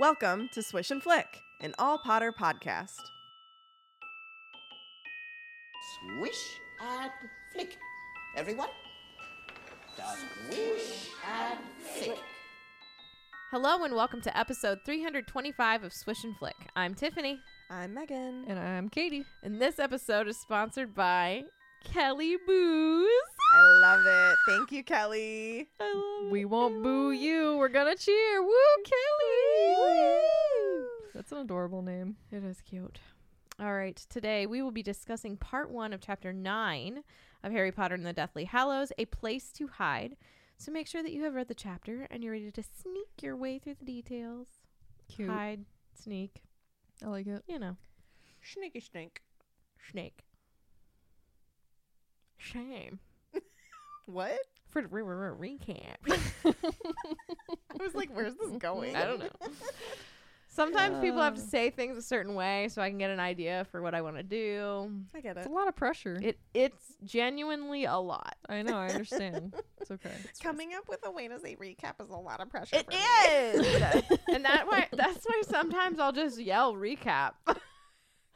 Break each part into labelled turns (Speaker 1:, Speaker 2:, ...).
Speaker 1: Welcome to Swish and Flick, an all Potter podcast.
Speaker 2: Swish and flick. Everyone? Swish and flick.
Speaker 3: Hello and welcome to episode 325 of Swish and Flick. I'm Tiffany,
Speaker 1: I'm Megan.
Speaker 4: And I'm Katie.
Speaker 3: and this episode is sponsored by Kelly Booze.
Speaker 1: I love it. Thank you, Kelly.
Speaker 3: I love
Speaker 4: We
Speaker 3: it.
Speaker 4: won't boo you. We're gonna cheer. Woo, Kelly! That's an adorable name.
Speaker 3: It is cute. All right, today we will be discussing part one of chapter nine of Harry Potter and the Deathly Hallows, A Place to Hide. So make sure that you have read the chapter and you're ready to sneak your way through the details.
Speaker 4: Cute.
Speaker 3: Hide, sneak,
Speaker 4: I like it.
Speaker 3: you know,
Speaker 1: Sneaky snake.
Speaker 3: snake. Shame.
Speaker 1: What?
Speaker 3: For the re- re- recap.
Speaker 1: I was like, where's this going?
Speaker 3: I don't know. Sometimes people have to say things a certain way so I can get an idea for what I want to do.
Speaker 1: I get
Speaker 4: It's
Speaker 1: Uh, it.
Speaker 4: a lot of pressure.
Speaker 3: It it's genuinely a lot.
Speaker 4: I know. I understand. it's okay.
Speaker 1: Coming up with a way to say recap is a lot of pressure.
Speaker 3: It
Speaker 1: for me.
Speaker 3: is, and that why that's why sometimes I'll just yell recap because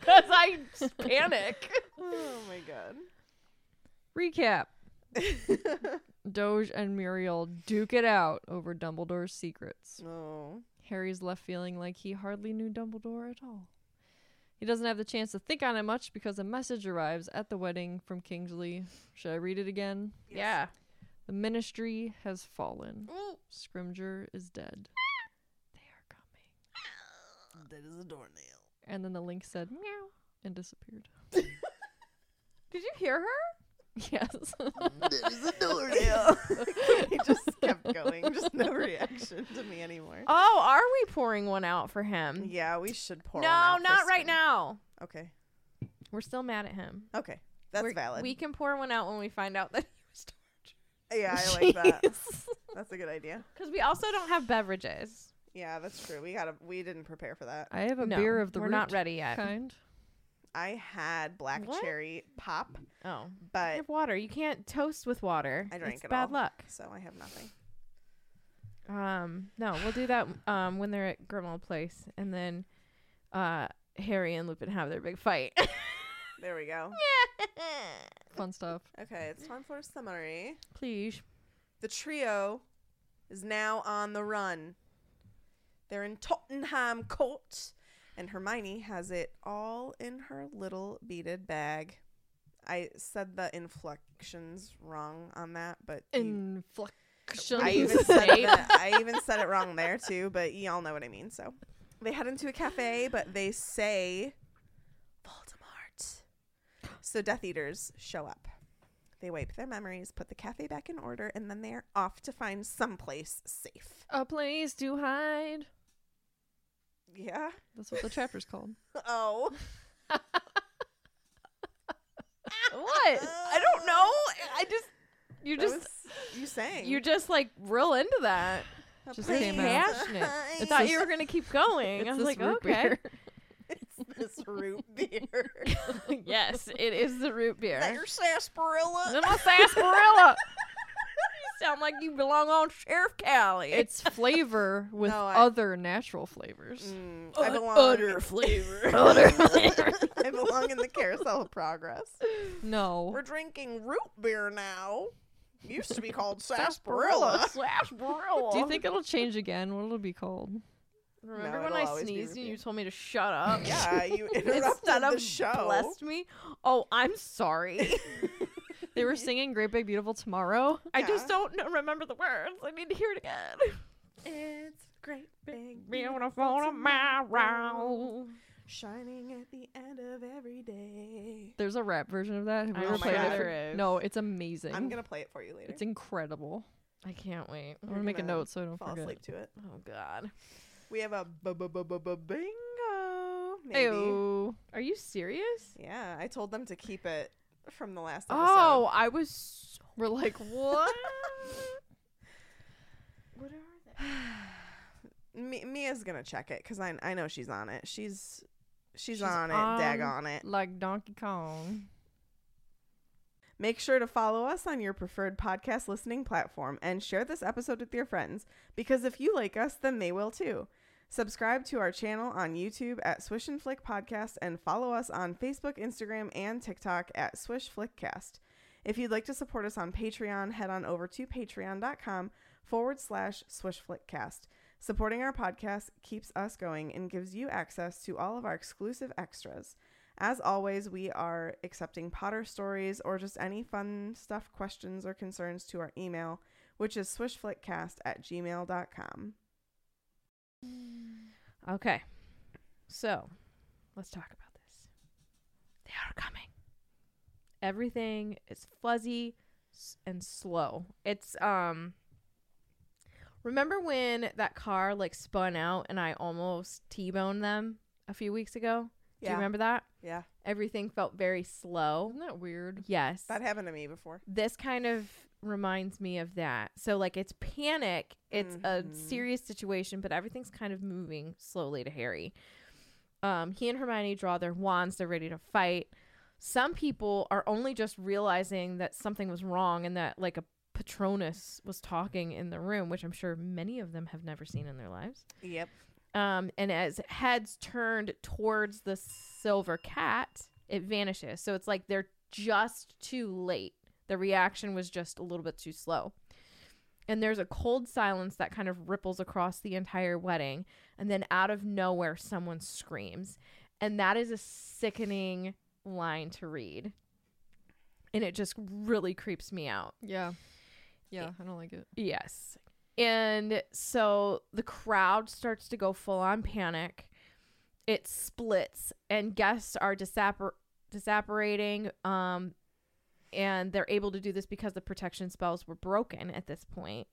Speaker 3: I just panic.
Speaker 1: Oh my god.
Speaker 4: Recap. Doge and Muriel duke it out over Dumbledore's secrets.
Speaker 1: Oh.
Speaker 4: Harry's left feeling like he hardly knew Dumbledore at all. He doesn't have the chance to think on it much because a message arrives at the wedding from Kingsley. Should I read it again?
Speaker 3: Yeah,
Speaker 4: The ministry has fallen.
Speaker 1: Ooh.
Speaker 4: Scrimger is dead. They are coming.
Speaker 1: That is a doornail.
Speaker 4: And then the link said meow and disappeared.
Speaker 3: did you hear her?
Speaker 4: Yes.
Speaker 1: That is a doornail. he just kept going. Just no reaction to me anymore.
Speaker 3: Oh, are we pouring one out for him?
Speaker 1: Yeah, we should pour. one
Speaker 3: no,
Speaker 1: out for
Speaker 3: not right
Speaker 1: Scrimgeour.
Speaker 3: now.
Speaker 1: Okay.
Speaker 3: We're still mad at him.
Speaker 1: Okay. That's
Speaker 3: We're-
Speaker 1: valid.
Speaker 3: We can pour one out when we find out that he was tortured.
Speaker 1: yeah, I like that. That's a good idea.
Speaker 3: Because we also don't have beverages.
Speaker 1: Yeah, that's true. We gotta. We didn't prepare for that.
Speaker 4: I have a
Speaker 3: No,
Speaker 4: beer of the
Speaker 3: we're not
Speaker 4: root
Speaker 3: ready yet.
Speaker 4: kind.
Speaker 1: I had black
Speaker 3: What?
Speaker 1: cherry pop,
Speaker 3: Oh, I
Speaker 1: but
Speaker 3: have water. You can't toast with water.
Speaker 1: I drank
Speaker 3: it's
Speaker 1: it
Speaker 3: bad
Speaker 1: all.
Speaker 3: luck.
Speaker 1: so I have nothing.
Speaker 3: Um, no, we'll do that um when they're at Grimmauld Place, and then uh Harry and Lupin have their big fight.
Speaker 1: There we go.
Speaker 4: Fun stuff.
Speaker 1: Okay, it's time for a summary.
Speaker 3: Please.
Speaker 1: The trio is now on the run. They're in Tottenham Court, and Hermione has it all in her little beaded bag. I said the inflections wrong on that, but you-
Speaker 4: Inflection.
Speaker 1: I even said that, I even said it wrong there too, but y'all know what I mean. So they head into a cafe, but they say Voldemort. So Death Eaters show up. They wipe their memories, put the cafe back in order, and then they're off to find someplace safe.
Speaker 4: a place to hide.
Speaker 1: Yeah.
Speaker 4: That's what the chapter's called.
Speaker 1: Oh.
Speaker 3: What? I don't know. I just you
Speaker 1: That
Speaker 3: just
Speaker 1: was you sang.
Speaker 3: you just like real into that.
Speaker 1: A
Speaker 4: just
Speaker 1: place
Speaker 4: came
Speaker 1: to
Speaker 4: out.
Speaker 3: Passionate.
Speaker 1: hide.
Speaker 3: I thought you were gonna keep going. I was
Speaker 4: this
Speaker 3: like,
Speaker 4: root
Speaker 3: okay.
Speaker 1: It's this root beer.
Speaker 3: yes, it is the root beer.
Speaker 1: Is that your sarsaparilla?
Speaker 3: Then my sarsaparilla. you sound like you belong on Sheriff Callie.
Speaker 4: It's flavor with
Speaker 1: No, I-
Speaker 4: other natural flavors.
Speaker 1: Mm, I belong.
Speaker 3: flavor.
Speaker 1: I belong in the carousel of progress.
Speaker 4: No.
Speaker 1: Mm. We're drinking root beer now. Used to be called sarsaparilla.
Speaker 3: sarsaparilla.
Speaker 4: Do you think it'll change again? What'll it be called?
Speaker 3: Remember
Speaker 1: No,
Speaker 3: when
Speaker 1: it'll
Speaker 3: I
Speaker 1: always be
Speaker 3: sneezed and
Speaker 1: repeated.
Speaker 3: you told me to shut up?
Speaker 1: Yeah, you interrupted
Speaker 3: Instead
Speaker 1: the
Speaker 3: of
Speaker 1: show.
Speaker 3: blessed me. Oh, I'm sorry.
Speaker 4: They were singing Great Big Beautiful Tomorrow.
Speaker 3: I just
Speaker 1: Yeah.
Speaker 3: don't know, remember the words. I need to hear it again.
Speaker 1: It's great big
Speaker 3: Beautiful tomorrow.
Speaker 1: shining at the end of every day.
Speaker 4: There's a rap version of that. Have
Speaker 3: I
Speaker 4: you ever
Speaker 1: don't
Speaker 4: played
Speaker 1: think
Speaker 4: it?
Speaker 3: there is.
Speaker 4: No, it's amazing.
Speaker 1: Oh I'm gonna play it for you later.
Speaker 4: It's incredible.
Speaker 3: I can't wait.
Speaker 4: I'm gonna make a
Speaker 1: gonna
Speaker 4: note so I don't
Speaker 1: Fall
Speaker 4: forget.
Speaker 1: asleep to it.
Speaker 3: Oh God.
Speaker 1: We have a bu- bu- bu- bu- bu- bingo. Maybe.
Speaker 4: Ayo.
Speaker 3: Are you serious?
Speaker 1: Yeah, I told them to keep it from the last episode.
Speaker 3: Oh, I was. So-
Speaker 4: We're like, what?
Speaker 3: what are they?
Speaker 1: Mi- Mia's gonna check it because I I know she's on it. She's she's,
Speaker 4: She's
Speaker 1: on it.
Speaker 4: on-
Speaker 1: Dag on it.
Speaker 4: like Donkey Kong.
Speaker 1: Make sure to follow us on your preferred podcast listening platform and share this episode with your friends because if you like us, then they will too. Subscribe to our channel on YouTube at Swish and Flick Podcast and follow us on Facebook, Instagram, and TikTok at Swish Flickcast. If you'd like to support us on Patreon, head on over to patreon.com forward slash swishflickcast. Supporting our podcast keeps us going and gives you access to all of our exclusive extras. As always, we are accepting Potter stories or just any fun stuff, questions, or concerns to our email, which is swishflickcast at gmail.com.
Speaker 3: Okay. So, let's talk about this. They are coming. Everything is fuzzy s- and slow. It's um Remember when that car like spun out and I almost T-boned them a few weeks ago? Do you remember that?
Speaker 1: Yeah.
Speaker 3: Everything felt very slow.
Speaker 4: Isn't that weird?
Speaker 3: Yes
Speaker 1: That happened to me before.
Speaker 3: this kind of reminds me of that. So like it's panic, it's
Speaker 1: Mhm.
Speaker 3: a serious situation, but everything's kind of moving slowly to Harry. Um, he and Hermione draw their wands, they're ready to fight. Some people are only just realizing that something was wrong and that like a Patronus was talking in the room, which I'm sure many of them have never seen in their lives.
Speaker 1: Yep.
Speaker 3: Um, and as heads turned towards the silver cat, it vanishes. So it's like they're just too late. The reaction was just a little bit too slow. And there's a cold silence that kind of ripples across the entire wedding. And then out of nowhere, someone screams. And that is a sickening line to read. And it just really creeps me out.
Speaker 4: Yeah. Yeah, I don't like it.
Speaker 3: Yes. And so the crowd starts to go full on panic. It splits, and guests are disappar- disapparating. Um, and they're able to do this because the protection spells were broken at this point,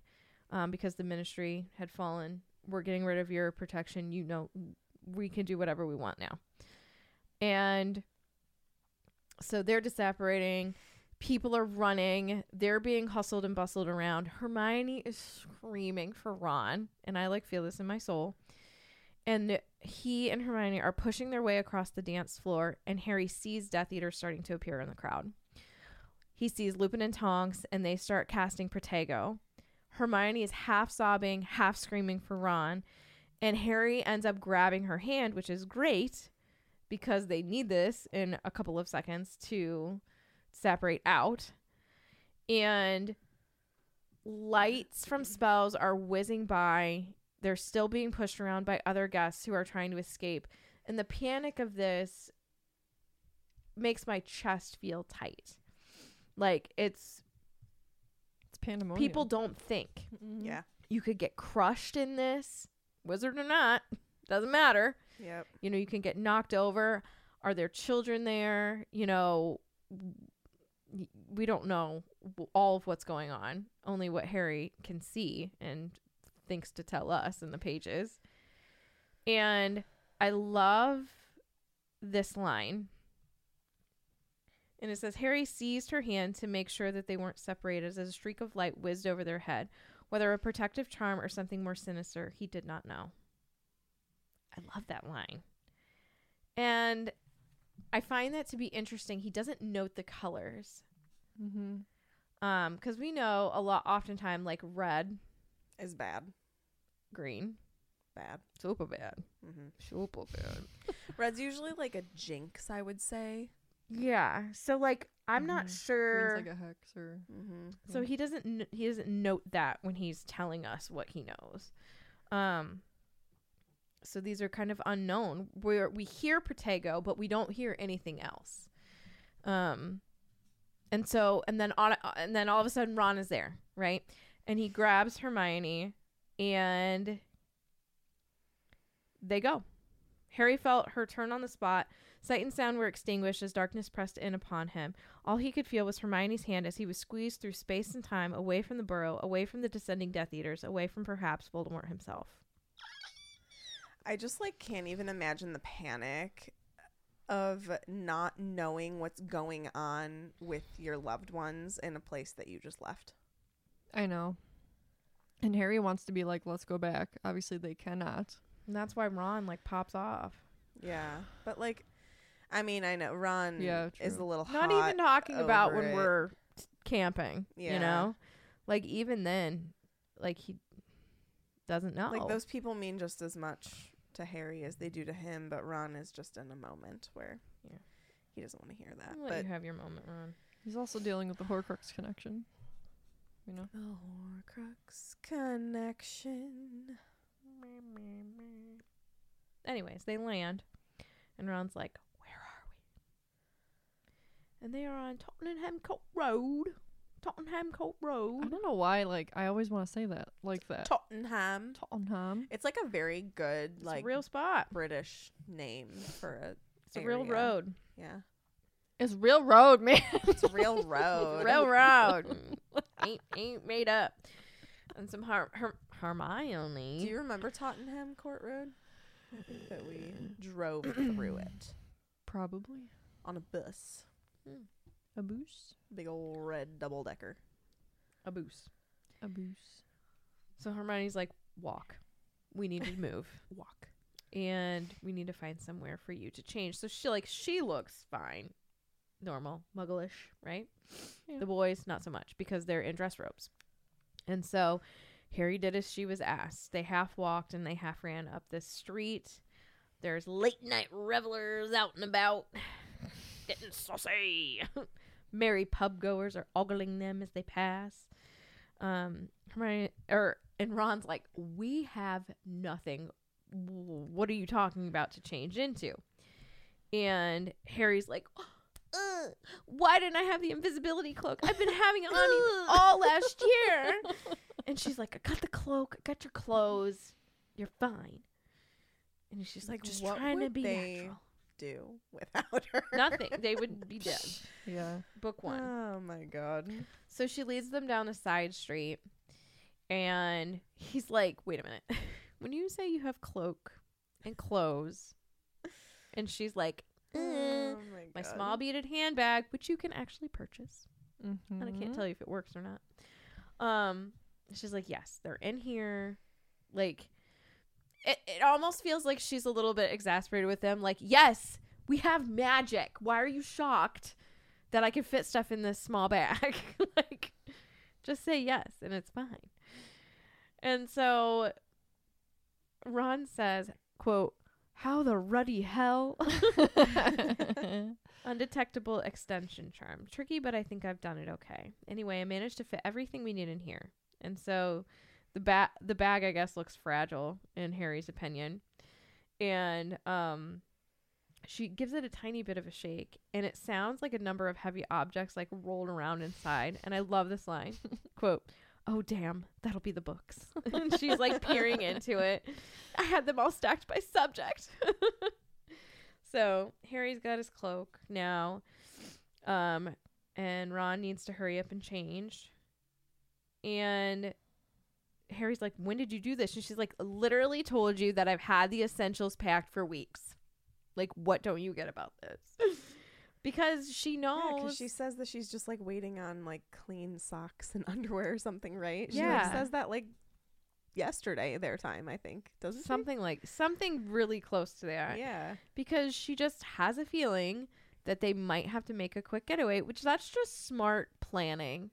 Speaker 3: um, because the ministry had fallen. We're getting rid of your protection. You know, we can do whatever we want now. And so they're disapparating. People are running. They're being hustled and bustled around. Hermione is screaming for Ron, and I like feel this in my soul. And he and Hermione are pushing their way across the dance floor, and Harry sees Death Eater starting to appear in the crowd. He sees Lupin and Tonks, and they start casting Protego. Hermione is half sobbing, half screaming for Ron, and Harry ends up grabbing her hand, which is great because they need this in a couple of seconds to separate out. And lights from spells are whizzing by. They're still being pushed around by other guests who are trying to escape. And the panic of this makes my chest feel tight. Like it's
Speaker 4: It's pandemonium.
Speaker 3: people don't think
Speaker 4: Mhm.
Speaker 1: Yeah.
Speaker 3: you could get crushed in this, wizard or not, doesn't matter
Speaker 1: Yep.
Speaker 3: you know you can get knocked over are there children there you know w- we don't know w- all of what's going on only what harry can see and thinks to tell us in the pages and i love this line and it says harry seized her hand to make sure that they weren't separated as a streak of light whizzed over their head whether a protective charm or something more sinister he did not know I love that line. And I find that to be interesting. He doesn't note the colors.
Speaker 4: Mhm.
Speaker 3: Um, because we know a lot oftentimes like red,
Speaker 1: Is bad.
Speaker 3: green,
Speaker 1: Bad.
Speaker 3: super bad.
Speaker 4: Mm-hmm.
Speaker 1: hmm
Speaker 3: Super bad.
Speaker 1: Red's usually like a jinx, I would say.
Speaker 3: Yeah. So like I'm not
Speaker 4: Mhm.
Speaker 3: sure
Speaker 4: Green's like a hex or
Speaker 1: Mm-hmm.
Speaker 3: So he doesn't kn- he doesn't note that when he's telling us what he knows. Um so these are kind of unknown. We are we hear Protego, but we don't hear anything else. Um and so and then on and then all of a sudden Ron is there, right? And he grabs Hermione and they go. Harry felt her turn on the spot. Sight and sound were extinguished as darkness pressed in upon him. All he could feel was Hermione's hand as he was squeezed through space and time, away from the burrow, away from the descending Death Eaters, away from perhaps Voldemort himself.
Speaker 1: I just like can't even imagine the panic of not knowing what's going on with your loved ones in a place that you just left.
Speaker 4: I know. And Harry wants to be like, let's go back. Obviously, they cannot.
Speaker 3: And that's why Ron like pops off.
Speaker 1: Yeah, but like, I mean, I know Ron
Speaker 4: Yeah,
Speaker 1: is a
Speaker 4: true.
Speaker 1: little
Speaker 3: Not
Speaker 1: hot
Speaker 3: even talking about
Speaker 1: over
Speaker 3: when
Speaker 1: it.
Speaker 3: we're camping. You
Speaker 1: Yeah.
Speaker 3: know, like even then, like he doesn't know.
Speaker 1: like those people mean just as much to Harry as they do to him, but Ron is just in a moment where
Speaker 3: Yeah.
Speaker 1: he doesn't want to hear that.
Speaker 3: I'll let
Speaker 1: But
Speaker 3: you have your moment, Ron.
Speaker 4: He's also dealing with the Horcrux connection. You know?
Speaker 1: the Horcrux connection.
Speaker 3: Anyways, they land, and Ron's like, "Where are we?" And they are on Tottenham Court Road. Tottenham Court
Speaker 4: I
Speaker 3: Road.
Speaker 4: don't know why, like, I always want to say that. Like that.
Speaker 1: Tottenham.
Speaker 4: Tottenham.
Speaker 1: It's like a very good
Speaker 3: It's
Speaker 1: like
Speaker 3: a real spot.
Speaker 1: British name for a.
Speaker 3: It's a real
Speaker 1: area.
Speaker 3: road.
Speaker 1: Yeah,
Speaker 4: It's real road, man.
Speaker 1: it's a real road.
Speaker 3: Railroad. ain't ain't made up. And some Har- Her- Hermione.
Speaker 1: Do you remember Tottenham Court Road? I think that we drove through it
Speaker 4: Probably.
Speaker 1: on a bus,
Speaker 4: A boost.
Speaker 1: big old red double decker.
Speaker 3: a boost.
Speaker 4: A boost.
Speaker 3: So Hermione's like, walk. We need to move. walk. And we need to find somewhere for you to change. So she like she looks fine. Normal. Mugglish, right?
Speaker 4: Yeah.
Speaker 3: The boys, not so much, because they're in dress robes. And so Harry did as she was asked. They half walked and they half ran up this street. There's late night revelers out and about. Getting saucy. Merry pub goers are ogling them as they pass. Um, Hermione, or and Ron's like, we have nothing. W- What are you talking about to change into? And Harry's like, "Ugh, why didn't I have the invisibility cloak? I've been having it on you all last year. And she's like, I got the cloak, I got your clothes, you're fine. And she's like, just
Speaker 1: What
Speaker 3: trying to
Speaker 1: would
Speaker 3: be
Speaker 1: they
Speaker 3: natural.
Speaker 1: Do without her
Speaker 3: Nothing. They would be dead.
Speaker 4: Yeah.
Speaker 3: Book one.
Speaker 1: Oh my god.
Speaker 3: So she leads them down a side street, and he's like, "Wait a minute. when you say you have cloak and clothes," and she's like, "Uh,
Speaker 1: Oh my god.
Speaker 3: "My small beaded handbag, which you can actually purchase,
Speaker 4: Mm-hmm.
Speaker 3: and I can't tell you if it works or not." Um, she's like, "Yes, they're in here." Like, it it almost feels like she's a little bit exasperated with them. Like, yes, we have magic. Why are you shocked that I can fit stuff in this small bag? like, just say yes and it's fine. And so Ron says, quote, how the ruddy hell
Speaker 4: Mm-hmm.
Speaker 3: undetectable extension charm. Tricky, but I think I've done it okay. Anyway, I managed to fit everything we need in here. And so the ba- the bag I guess looks fragile in Harry's opinion. And um she gives it a tiny bit of a shake and it sounds like a number of heavy objects like rolled around inside and I love this line. Quote, "Oh damn, that'll be the books." and she's like peering into it. I had them all stacked by subject. so, Harry's got his cloak now. Um and Ron needs to hurry up and change. And Harry's like, "When did you do this?" And she's like, "Literally told you that I've had the essentials packed for weeks. Like, what don't you get about this?" because she
Speaker 1: Yeah,
Speaker 3: knows.
Speaker 1: cuz she says that she's just like waiting on like clean socks and underwear or something, right? She
Speaker 3: Yeah.
Speaker 1: like, says that like yesterday their time, I think. Doesn't she?
Speaker 3: something like something really close to that
Speaker 1: Yeah.
Speaker 3: because she just has a feeling that they might have to make a quick getaway which that's just smart planning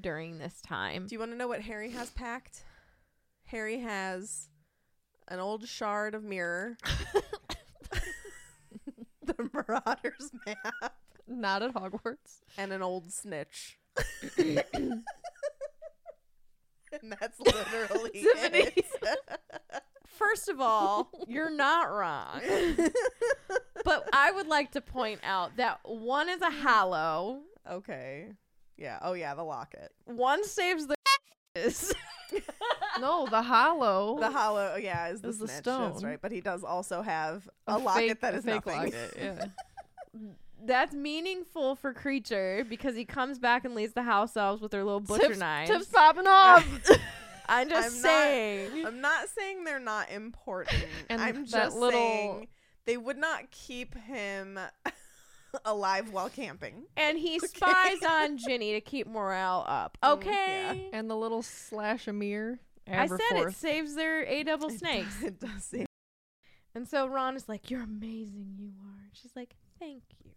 Speaker 3: during this time
Speaker 1: Do you want to know what Harry has packed? Harry has an old shard of mirror. the Marauder's map
Speaker 4: Not at Hogwarts.
Speaker 1: and an old snitch. and that's literally
Speaker 3: Tiffany.
Speaker 1: it.
Speaker 3: first of all you're not wrong but i would like to point out that one is a hallow
Speaker 1: Okay. Yeah. Oh yeah, the locket.
Speaker 3: one saves the
Speaker 4: No, the hollow.
Speaker 1: The hollow, yeah, is the,
Speaker 4: Is the
Speaker 1: snitch. That's
Speaker 4: stone.
Speaker 1: right. But he does also have a,
Speaker 4: fake-
Speaker 1: locket that
Speaker 4: a
Speaker 1: is
Speaker 4: fake
Speaker 1: nothing.
Speaker 4: locket, yeah.
Speaker 3: that's meaningful for creature because he comes back and leads the house elves with their little butcher knives
Speaker 4: popping off.
Speaker 3: I'm
Speaker 1: I'm
Speaker 3: just
Speaker 1: not-
Speaker 3: saying.
Speaker 1: I'm not saying they're not important.
Speaker 4: And
Speaker 1: I'm
Speaker 4: that
Speaker 1: just
Speaker 4: little-
Speaker 1: saying they would not keep him alive while camping.
Speaker 3: and he spies on Ginny to keep morale up.
Speaker 1: Mm,
Speaker 3: Okay.
Speaker 4: And the little slash a mirror.
Speaker 3: I said it saves their A double snakes.
Speaker 1: it does seem.
Speaker 3: And so Ron is like, You're amazing, you are. She's like, Thank you.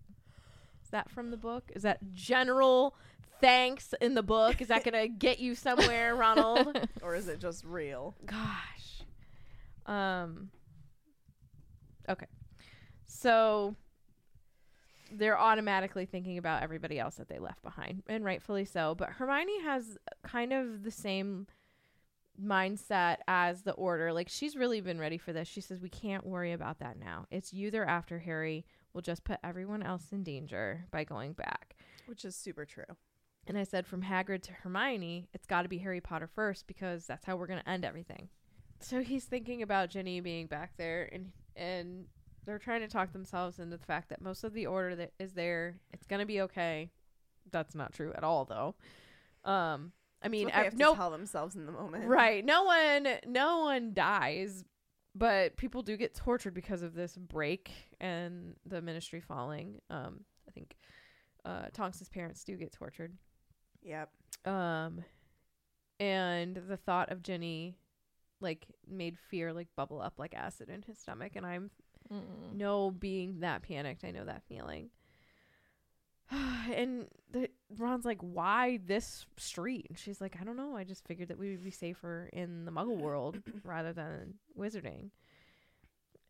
Speaker 3: Is that from the book? Is that general thanks in the book? Is that going to get you somewhere, Ronald?
Speaker 1: Or is it just real?
Speaker 3: Gosh. Um, okay. So they're automatically thinking about everybody else that they left behind, and rightfully so. But Hermione has kind of the same mindset as the order. Like she's really been ready for this. She says, We can't worry about that now. It's you they're after, Harry. We'll just put everyone else in danger by going back.
Speaker 1: Which is super true.
Speaker 3: And I said, from Hagrid to Hermione, it's got to be Harry Potter first because that's how we're going to end everything. So he's thinking about Ginny being back there, and and they're trying to talk themselves into the fact that most of the order that is there, it's going to be okay. That's not true at all, though. Um, I
Speaker 1: I
Speaker 3: mean,
Speaker 1: mean,
Speaker 3: ev-
Speaker 1: have to
Speaker 3: no,
Speaker 1: tell themselves in the moment.
Speaker 3: right? No one, no one dies, but people do get tortured because of this break and the Ministry falling. Um, I think uh, Tonks's parents do get tortured.
Speaker 1: Yep.
Speaker 3: Um, and the thought of Jenny, like, made fear like bubble up like acid in his stomach, and I'm
Speaker 1: Mm.
Speaker 3: no being that panicked. I know that feeling. And the, Ron's like, "Why this street?" And she's like, "I don't know. I just figured that we would be safer in the Muggle world rather than wizarding."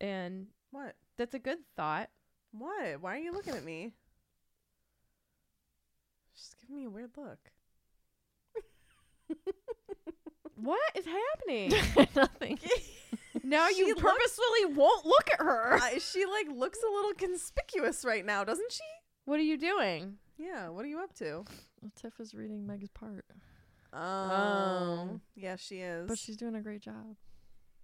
Speaker 3: And
Speaker 1: What?
Speaker 3: that's a good thought.
Speaker 1: What? Why are you looking at me? She's giving me a weird look.
Speaker 3: What is happening?
Speaker 4: Nothing.
Speaker 3: now
Speaker 1: She
Speaker 3: you
Speaker 1: looks-
Speaker 3: purposefully won't look at her.
Speaker 1: I, she like looks a little conspicuous right now, doesn't she?
Speaker 3: What are you doing?
Speaker 1: Yeah. What are you up to?
Speaker 4: Tiff is reading Meg's part,
Speaker 1: Um. Yeah, she is.
Speaker 4: but she's doing a great job.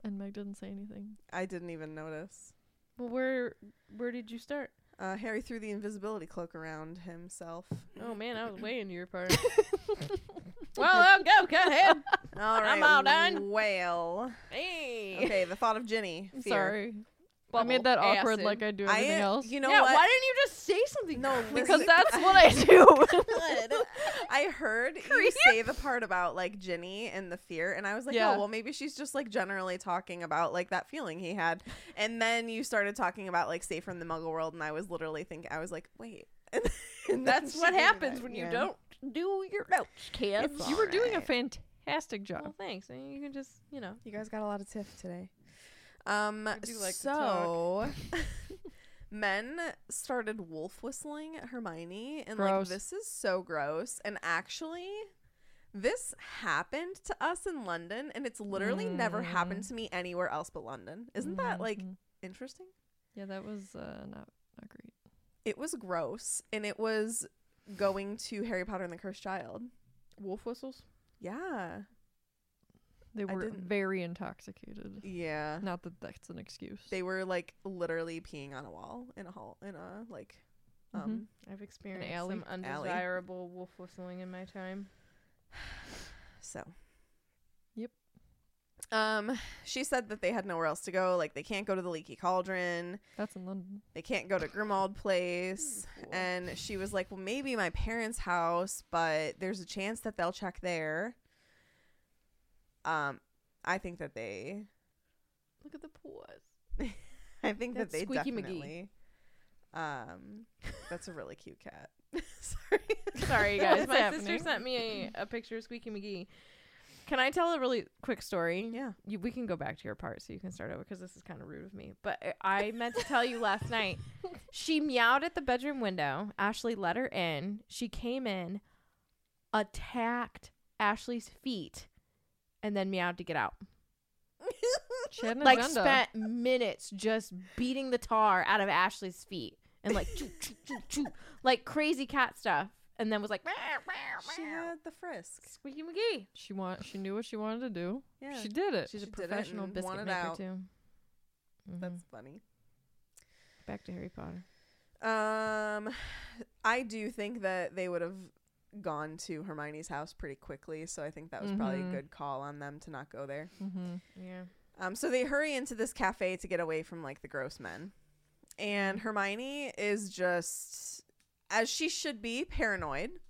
Speaker 4: And Meg didn't say anything.
Speaker 1: I didn't even notice.
Speaker 3: Well, where where did you start?
Speaker 1: Uh, Harry threw the invisibility cloak around himself.
Speaker 3: Oh man, I was way into your part. well, I'll go. Go ahead.
Speaker 1: All right.
Speaker 3: all done.
Speaker 1: Well.
Speaker 3: Hey.
Speaker 1: Okay. The thought of Ginny. Fear.
Speaker 4: Sorry. I made
Speaker 3: Bubble
Speaker 4: that awkward
Speaker 3: acid.
Speaker 4: like I do
Speaker 1: I
Speaker 4: everything else.
Speaker 1: You know
Speaker 3: yeah,
Speaker 1: what?
Speaker 3: why didn't you just say something?
Speaker 1: No,
Speaker 4: because
Speaker 1: listen-
Speaker 4: that's what I do.
Speaker 1: I heard you say the part about like Ginny and the fear, and I was like,
Speaker 4: Yeah.
Speaker 1: oh, well, maybe she's just like generally talking about like that feeling he had. And then you started talking about like safe from the Muggle world, and I was literally thinking, I was like, wait, and, and
Speaker 3: that's
Speaker 1: then
Speaker 3: what
Speaker 1: she did
Speaker 3: happens
Speaker 1: that,
Speaker 3: when
Speaker 1: yeah.
Speaker 3: you don't do your notes, kids.
Speaker 4: you were doing a fantastic
Speaker 3: well,
Speaker 4: job.
Speaker 3: thanks. I mean, You can just you know.
Speaker 1: You guys got a lot of tiff today. Um,
Speaker 4: do like to
Speaker 1: so men started wolf whistling at Hermione, and like
Speaker 4: Gross.
Speaker 1: this is so gross. And actually, this happened to us in London, and it's literally never
Speaker 4: Mm.
Speaker 1: happened to me anywhere else but London. Isn't that like interesting?
Speaker 4: Mm-hmm. Yeah, that was uh, not not great.
Speaker 1: It was gross, and it was going to Harry Potter and the Cursed Child.
Speaker 3: Wolf whistles.
Speaker 1: Yeah,
Speaker 4: They
Speaker 1: I
Speaker 4: were
Speaker 1: didn't-
Speaker 4: very intoxicated.
Speaker 1: yeah.
Speaker 4: Not that that's an excuse.
Speaker 1: They were like literally peeing on a wall in a hall in a like. Um,
Speaker 4: Mhm.
Speaker 3: I've experienced
Speaker 4: alley.
Speaker 3: some
Speaker 1: Alley.
Speaker 3: undesirable wolf whistling in my time.
Speaker 1: So.
Speaker 4: Yep.
Speaker 1: Um, she said that they had nowhere else to go. Like they can't go to the Leaky Cauldron.
Speaker 4: That's in London.
Speaker 1: They can't go to Grimald Place. And she was like, "Well, maybe my parents' house, but there's a chance that they'll check there." Um, I think that they.
Speaker 3: Look at the pause.
Speaker 1: I think that
Speaker 3: That's
Speaker 1: they
Speaker 3: Squeaky McGee.
Speaker 1: definitely. Um, that's a really cute cat. Sorry.
Speaker 3: Sorry,
Speaker 4: What's
Speaker 3: guys. My sister
Speaker 4: happening?
Speaker 3: sent me a, a picture of Squeaky McGee. Can I tell a really quick story?
Speaker 1: Yeah.
Speaker 3: You, we can go back to your part so you can start over because this is kind of rude of me. But eh, I I meant to tell you last night. She meowed at the bedroom window. Ashley let her in. She came in, attacked Ashley's feet, and then meowed to get out.
Speaker 4: She had an
Speaker 3: Like
Speaker 4: agenda.
Speaker 3: spent minutes just beating the tar out of Ashley's feet and like choo, choo, choo, choo, like crazy cat stuff. And then was like, meow, meow,
Speaker 1: she
Speaker 3: meow.
Speaker 1: had the frisk.
Speaker 3: Squeaky McGee.
Speaker 4: She want she knew what she wanted to do.
Speaker 1: Yeah.
Speaker 4: She did it.
Speaker 3: She's a
Speaker 1: She did it
Speaker 3: professional
Speaker 1: and
Speaker 3: biscuit
Speaker 1: wanted
Speaker 3: maker
Speaker 1: out.
Speaker 3: too. Mhm.
Speaker 1: That's funny.
Speaker 3: Back to Harry Potter.
Speaker 1: Um, I do think that they would have gone to Hermione's house pretty quickly, so I think that was probably a
Speaker 4: Mhm.
Speaker 1: good call on them to not go there.
Speaker 4: Mm-hmm.
Speaker 3: Yeah.
Speaker 1: Um, so they hurry into this cafe to get away from like the gross men. And Hermione is just, as she should be, paranoid.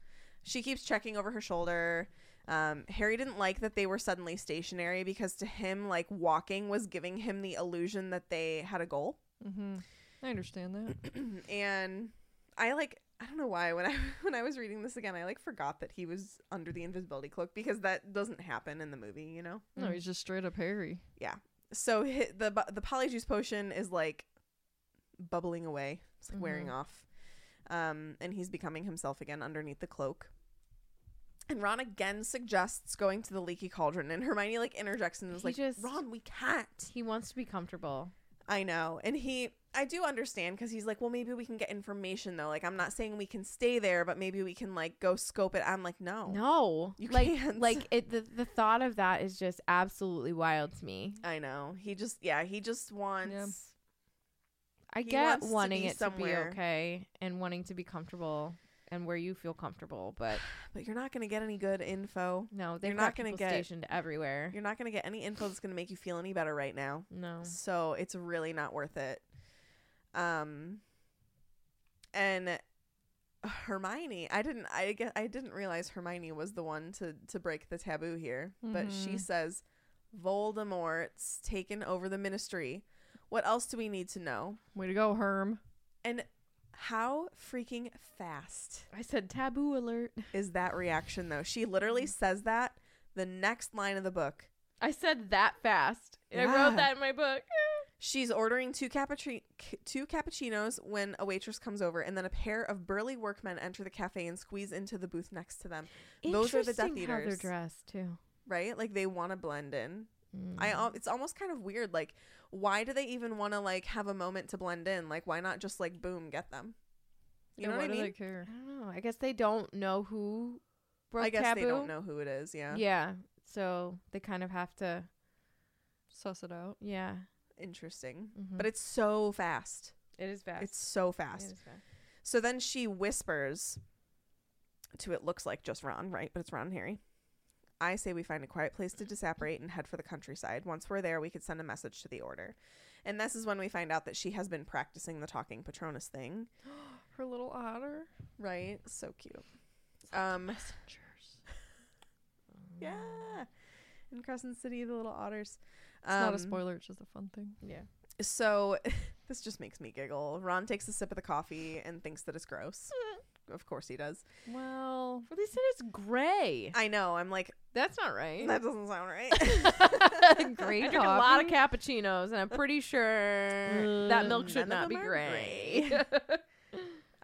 Speaker 1: She keeps checking over her shoulder. Um, Harry didn't like that they were suddenly stationary because to him, like walking was giving him the illusion that they had a goal.
Speaker 4: Mm-hmm. I understand that.
Speaker 1: and I like, I don't know why when I when I was reading this again, I like forgot that he was under the invisibility cloak because that doesn't happen in the movie, you know.
Speaker 4: No, he's just straight up hairy.
Speaker 1: so hi the bu- the polyjuice potion is like bubbling away it's like wearing
Speaker 3: Mm-hmm.
Speaker 1: off um and he's becoming himself again underneath the cloak and ron again suggests going to the leaky cauldron and hermione like interjects and is
Speaker 3: He
Speaker 1: like
Speaker 3: just-
Speaker 1: ron we can't
Speaker 3: He wants to be comfortable.
Speaker 1: i know and he i do understand because he's like well maybe we can get information though like i'm not saying we can stay there but maybe we can like go scope it i'm like no
Speaker 3: No,
Speaker 1: You
Speaker 3: like
Speaker 1: can't.
Speaker 3: like it. The, the thought of that is just absolutely wild to me.
Speaker 1: i know he just yeah he just wants
Speaker 3: I
Speaker 1: He
Speaker 3: get
Speaker 1: wants to
Speaker 3: wanting
Speaker 1: be
Speaker 3: it to
Speaker 1: somewhere.
Speaker 3: be okay and wanting to be comfortable and where you feel comfortable, but
Speaker 1: but you're not going to get any good info
Speaker 3: no, they're
Speaker 1: not
Speaker 3: not
Speaker 1: gonna
Speaker 3: going to
Speaker 1: get-
Speaker 3: get stationed everywhere.
Speaker 1: You're not going to get any info that's going to make you feel any better right now.
Speaker 3: No,
Speaker 1: So it's really not worth it. Um and Hermione, I didn't I guess I didn't realize Hermione was the one to to break the taboo here, but she
Speaker 4: Mhm.
Speaker 1: says Voldemort's taken over the ministry. What else do we need to know?
Speaker 4: Way to go, Herm.
Speaker 1: And how freaking fast
Speaker 3: I said taboo alert.
Speaker 1: is that reaction though? She literally says that the next line of the book.
Speaker 3: I said that fast. And I
Speaker 1: Yeah.
Speaker 3: wrote that in my book.
Speaker 1: She's ordering two, cappucci- c- two cappuccinos when a waitress comes over, and then a pair of burly workmen enter the cafe and squeeze into the booth next to them. Those are the Death
Speaker 3: Interesting how
Speaker 1: Eaters,
Speaker 3: they're dressed too. Mm.
Speaker 1: right? Like they want to blend in. I al- it's almost kind of weird. Like, why do they even want to like have a moment to blend in? Like, why not just like boom, get them? You
Speaker 4: Yeah,
Speaker 1: know
Speaker 4: why
Speaker 1: what I
Speaker 4: do they
Speaker 1: mean?
Speaker 4: care?
Speaker 3: I don't know. I guess they don't know who broke
Speaker 1: I guess
Speaker 3: taboo.
Speaker 1: they don't know who it is. Yeah.
Speaker 3: Yeah, so they kind of have to.
Speaker 4: Suss it out.
Speaker 3: Yeah,
Speaker 1: Interesting.
Speaker 3: Mhm.
Speaker 1: But it's so fast.
Speaker 3: it is fast.
Speaker 1: It's so
Speaker 3: It
Speaker 1: fast.
Speaker 3: is fast.
Speaker 1: So then she whispers to it looks like just Ron, right? But it's Ron and Harry. I say we find a quiet place to disapparate and head for the countryside. Once we're there, we could send a message to the order. And this is when we find out that she has been practicing the talking Patronus thing.
Speaker 4: Her little otter.
Speaker 1: Right? So cute. Um
Speaker 4: Messengers.
Speaker 1: yeah. In Crescent City, the little otters.
Speaker 4: It's not a
Speaker 1: Um,
Speaker 4: spoiler. It's just a fun thing.
Speaker 1: So this just makes me giggle. Ron takes a sip of the coffee and thinks that it's gross. of course he does.
Speaker 4: Well,
Speaker 3: Well, they said it's gray.
Speaker 1: I know. I'm like,
Speaker 3: That's not right.
Speaker 1: that doesn't sound right.
Speaker 3: I drink a lot of cappuccinos, and I'm pretty sure that
Speaker 4: Uh,
Speaker 3: milk should
Speaker 1: Mm, none
Speaker 3: not
Speaker 1: of
Speaker 3: be
Speaker 1: them are
Speaker 3: gray.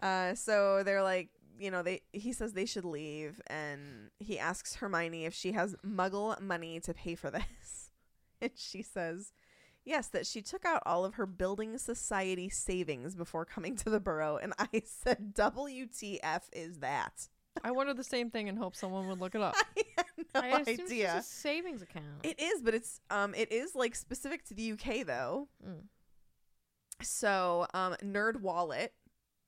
Speaker 1: Uh, so they're like, you know, they he says they should leave, and he asks Hermione if she has Muggle money to pay for this, and she says, yes, that she took out all of her building society savings before coming to the borough, and I said, WTF is that?
Speaker 4: I wondered the same thing and hoped someone would look it up.
Speaker 1: I had no
Speaker 3: I assume it's
Speaker 1: idea.
Speaker 3: just a savings account.
Speaker 1: It is, but it's um, it is like specific to the UK though.
Speaker 3: Mm.
Speaker 1: So um, Nerd Wallet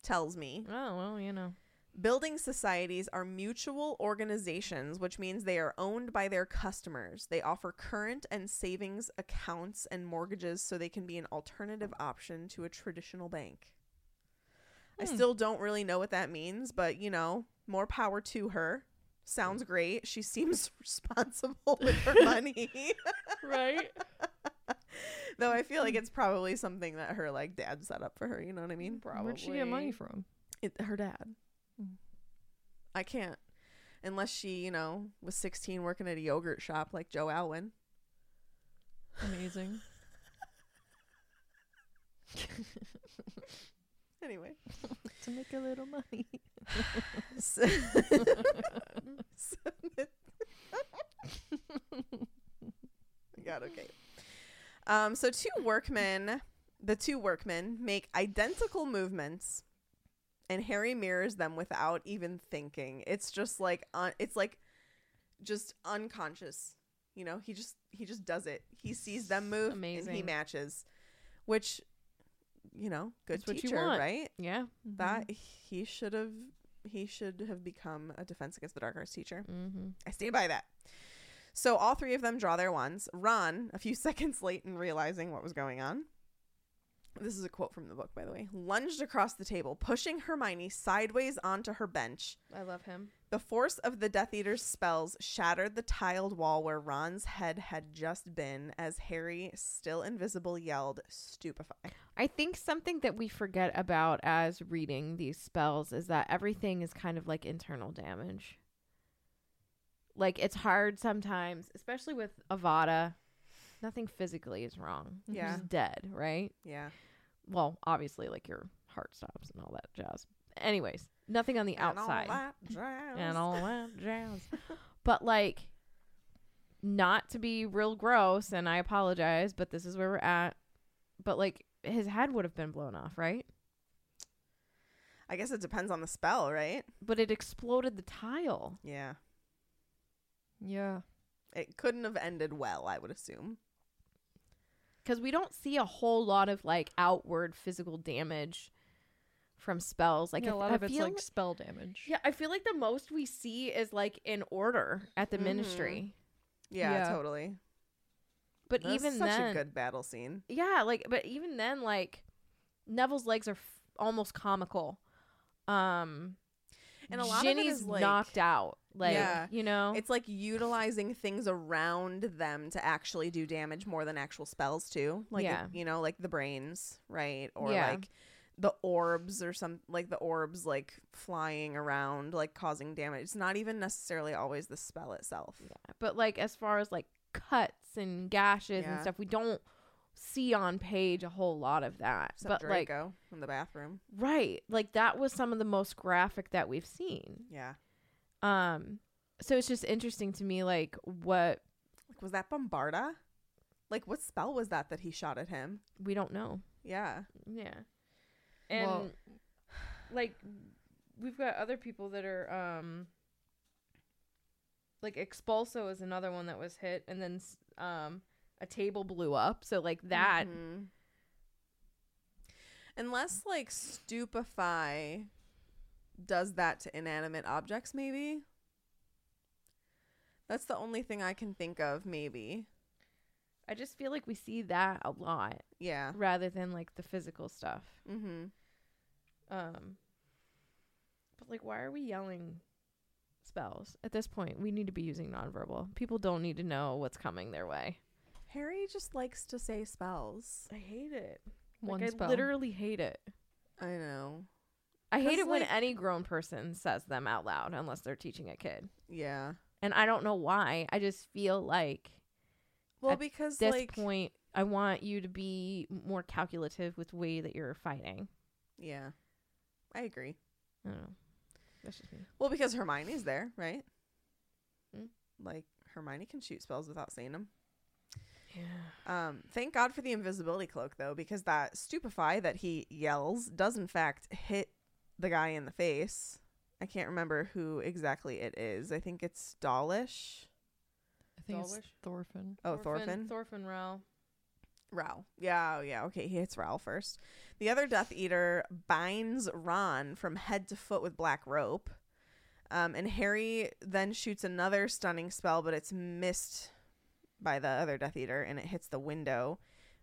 Speaker 1: tells me
Speaker 3: oh well, you know.
Speaker 1: Building societies are mutual organizations, which means they are owned by their customers. They offer current and savings accounts and mortgages so they can be an alternative option to a traditional bank. I
Speaker 4: Hmm.
Speaker 1: still don't really know what that means, but you know, more power to her.
Speaker 4: Hmm.
Speaker 1: Sounds great. She seems responsible with her money.
Speaker 4: right?
Speaker 1: Though I feel like it's probably something that her like dad set up for her, you know what I mean?
Speaker 4: Where'd she get money from?
Speaker 1: it, her dad.
Speaker 4: Mm.
Speaker 1: I can't unless she, you know, was 16 working at a yogurt shop like Joe Alwyn.
Speaker 4: Amazing.
Speaker 1: Anyway,
Speaker 4: to make a little money.
Speaker 1: so, so God, okay. Um, so two workmen, the two workmen make identical movements, and Harry mirrors them without even thinking. It's just like un- it's like just unconscious. You know, he just he just does it. He sees them move, and he
Speaker 3: Amazing.
Speaker 1: matches, which you know, good
Speaker 3: That's what you
Speaker 1: teacher,
Speaker 3: want.
Speaker 1: right?
Speaker 3: Yeah.
Speaker 1: That he should have he should have become a Defense Against the Dark Arts teacher.
Speaker 3: Mm-hmm.
Speaker 1: I stand by that. So all three of them draw their wands. Ron, a few seconds late in realizing what was going on, this is a quote from the book, by the way, lunged across the table, pushing Hermione sideways onto her bench.
Speaker 3: I love him.
Speaker 1: The force of the Death Eater's spells shattered the tiled wall where Ron's head had just been as Harry, still invisible, yelled, Stupefy.
Speaker 3: I think something that we forget about as reading these spells is that everything is kind of like internal damage. Like it's hard sometimes, especially with Avada. Nothing physically is wrong.
Speaker 4: Mm-hmm.
Speaker 3: You're
Speaker 1: Yeah.
Speaker 3: just dead, right?
Speaker 1: Yeah.
Speaker 3: Well, obviously, like your heart stops and all that jazz. Anyways, nothing on the outside and all that jazz. but like, not to be real gross, and I apologize, but this is where we're at. But like, his head would have been blown off, right?
Speaker 1: I guess it depends on the spell, right?
Speaker 3: But it exploded the tile.
Speaker 1: Yeah.
Speaker 4: Yeah.
Speaker 1: It couldn't have ended well, I would assume.
Speaker 3: because we don't see a whole lot of like outward physical damage from spells. Like
Speaker 4: yeah,
Speaker 3: if-
Speaker 4: a lot
Speaker 3: I
Speaker 4: of it's
Speaker 3: feel
Speaker 4: like spell damage.
Speaker 3: yeah, I feel like the most we see is like in order at the
Speaker 4: Mm-hmm.
Speaker 1: Mhm.
Speaker 3: ministry,
Speaker 1: Yeah,
Speaker 4: Yeah.
Speaker 1: totally.
Speaker 3: but
Speaker 1: That's
Speaker 3: even
Speaker 1: such
Speaker 3: then,
Speaker 1: a good battle scene.
Speaker 3: yeah, like but even then, like Neville's legs are f- almost comical. Um,
Speaker 1: And a lot of it
Speaker 3: Ginny's
Speaker 1: is, like-
Speaker 3: knocked out, like
Speaker 1: Yeah.
Speaker 3: you know,
Speaker 1: It's like utilizing things around them to actually do damage more than actual spells too. Like
Speaker 3: Yeah.
Speaker 1: you know, like the brains, right? Or
Speaker 3: Yeah.
Speaker 1: like the orbs or some like the orbs like flying around, like causing damage. It's not even necessarily always the spell itself.
Speaker 3: but like as far as like cuts and gashes and
Speaker 1: Yeah.
Speaker 3: stuff, we don't see on page a whole lot of that.
Speaker 1: Except
Speaker 3: but like
Speaker 1: Draco in the bathroom.
Speaker 3: Right. Like that was some of the most graphic that we've seen.
Speaker 1: Yeah.
Speaker 3: Um so it's just interesting to me like what
Speaker 1: Like was that Bombarda? Like what spell was that that he shot at him?
Speaker 3: we don't know.
Speaker 1: Yeah.
Speaker 3: Yeah. And
Speaker 4: Well-
Speaker 3: like we've got other people that are um like Expulso is another one that was hit and then s- um a table blew up. So like that
Speaker 1: Mhm. Unless like stupefy does that to inanimate objects, maybe. That's the only thing I can think of, maybe.
Speaker 3: I just feel like we see that a lot
Speaker 1: Yeah.
Speaker 3: rather than like the physical stuff.
Speaker 1: Mm-hmm.
Speaker 3: Um, but like, why are we yelling spells at this point? We need to be using nonverbal. People don't need to know what's coming their way.
Speaker 1: Harry just likes to say spells.
Speaker 3: I hate it.
Speaker 4: One
Speaker 3: like,
Speaker 4: spell.
Speaker 3: I literally hate it.
Speaker 1: I know.
Speaker 3: I hate
Speaker 1: 'Cause,
Speaker 3: it when
Speaker 1: like-
Speaker 3: any grown person says them out loud unless they're teaching a kid.
Speaker 1: Yeah.
Speaker 3: And I don't know why. I just feel like
Speaker 1: Well,
Speaker 3: At
Speaker 1: because
Speaker 3: this
Speaker 1: like
Speaker 3: point, I want you to be more calculative with the way that you're fighting.
Speaker 1: yeah, I agree.
Speaker 3: I don't know. That's just me.
Speaker 1: Well, because Hermione's there, right?
Speaker 3: Mm.
Speaker 1: Like Hermione can shoot spells without saying them.
Speaker 3: Yeah.
Speaker 1: Um, thank God for the invisibility cloak, though, because that stupefy that he yells does in fact hit the guy in the face. I can't remember who exactly it is. I think it's Dawlish.
Speaker 4: I think it's
Speaker 3: Dawlish?
Speaker 4: Thorfinn.
Speaker 1: Oh, Thorfinn.
Speaker 3: Thorfinn Rao.
Speaker 1: Rao. Yeah, oh, yeah, okay. He hits Rao first. The other Death Eater binds Ron from head to foot with black rope. Um, and Harry then shoots another stunning spell, but it's missed by the other Death Eater and it hits the window,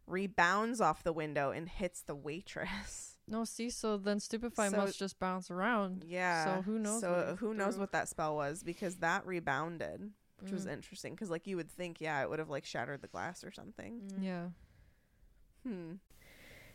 Speaker 1: rebounds off the window, and hits the waitress.
Speaker 4: No, see, so then Stupefy
Speaker 1: So-
Speaker 4: must just bounce around.
Speaker 1: Yeah.
Speaker 4: So who knows?
Speaker 1: So who knows
Speaker 4: threw. Mm.
Speaker 1: what that spell was because that rebounded, which was interesting. Because like you would think, yeah, it would have like shattered the glass or something.
Speaker 4: Yeah.
Speaker 1: Hmm.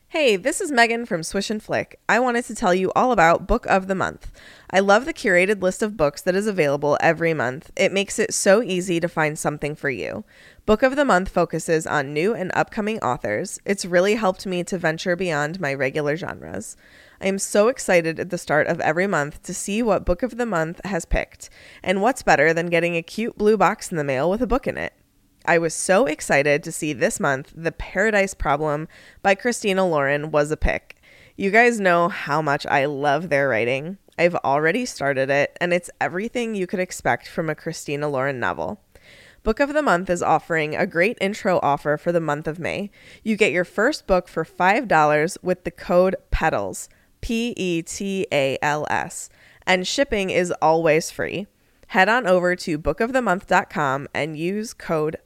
Speaker 1: Hey, this is Megan from Swish and Flick. I wanted to tell you all about Book of the Month. I love the curated list of books that is available every month. It makes it so easy to find something for you. Book of the Month focuses on new and upcoming authors. It's really helped me to venture beyond my regular genres. I am so excited at the start of every month to see what Book of the Month has picked. And what's better than getting a cute blue box in the mail with a book in it? I was so excited to see this month The Paradise Problem by Christina Lauren was a pick. You guys know how much I love their writing. I've already started it, and it's everything you could expect from a Christina Lauren novel. Book of the Month is offering a great intro offer for the month of May. You get your first book for $5 with the code PETALS, P E T A E L S, and shipping is always free. Head on over to bookofthemonth.com and use code E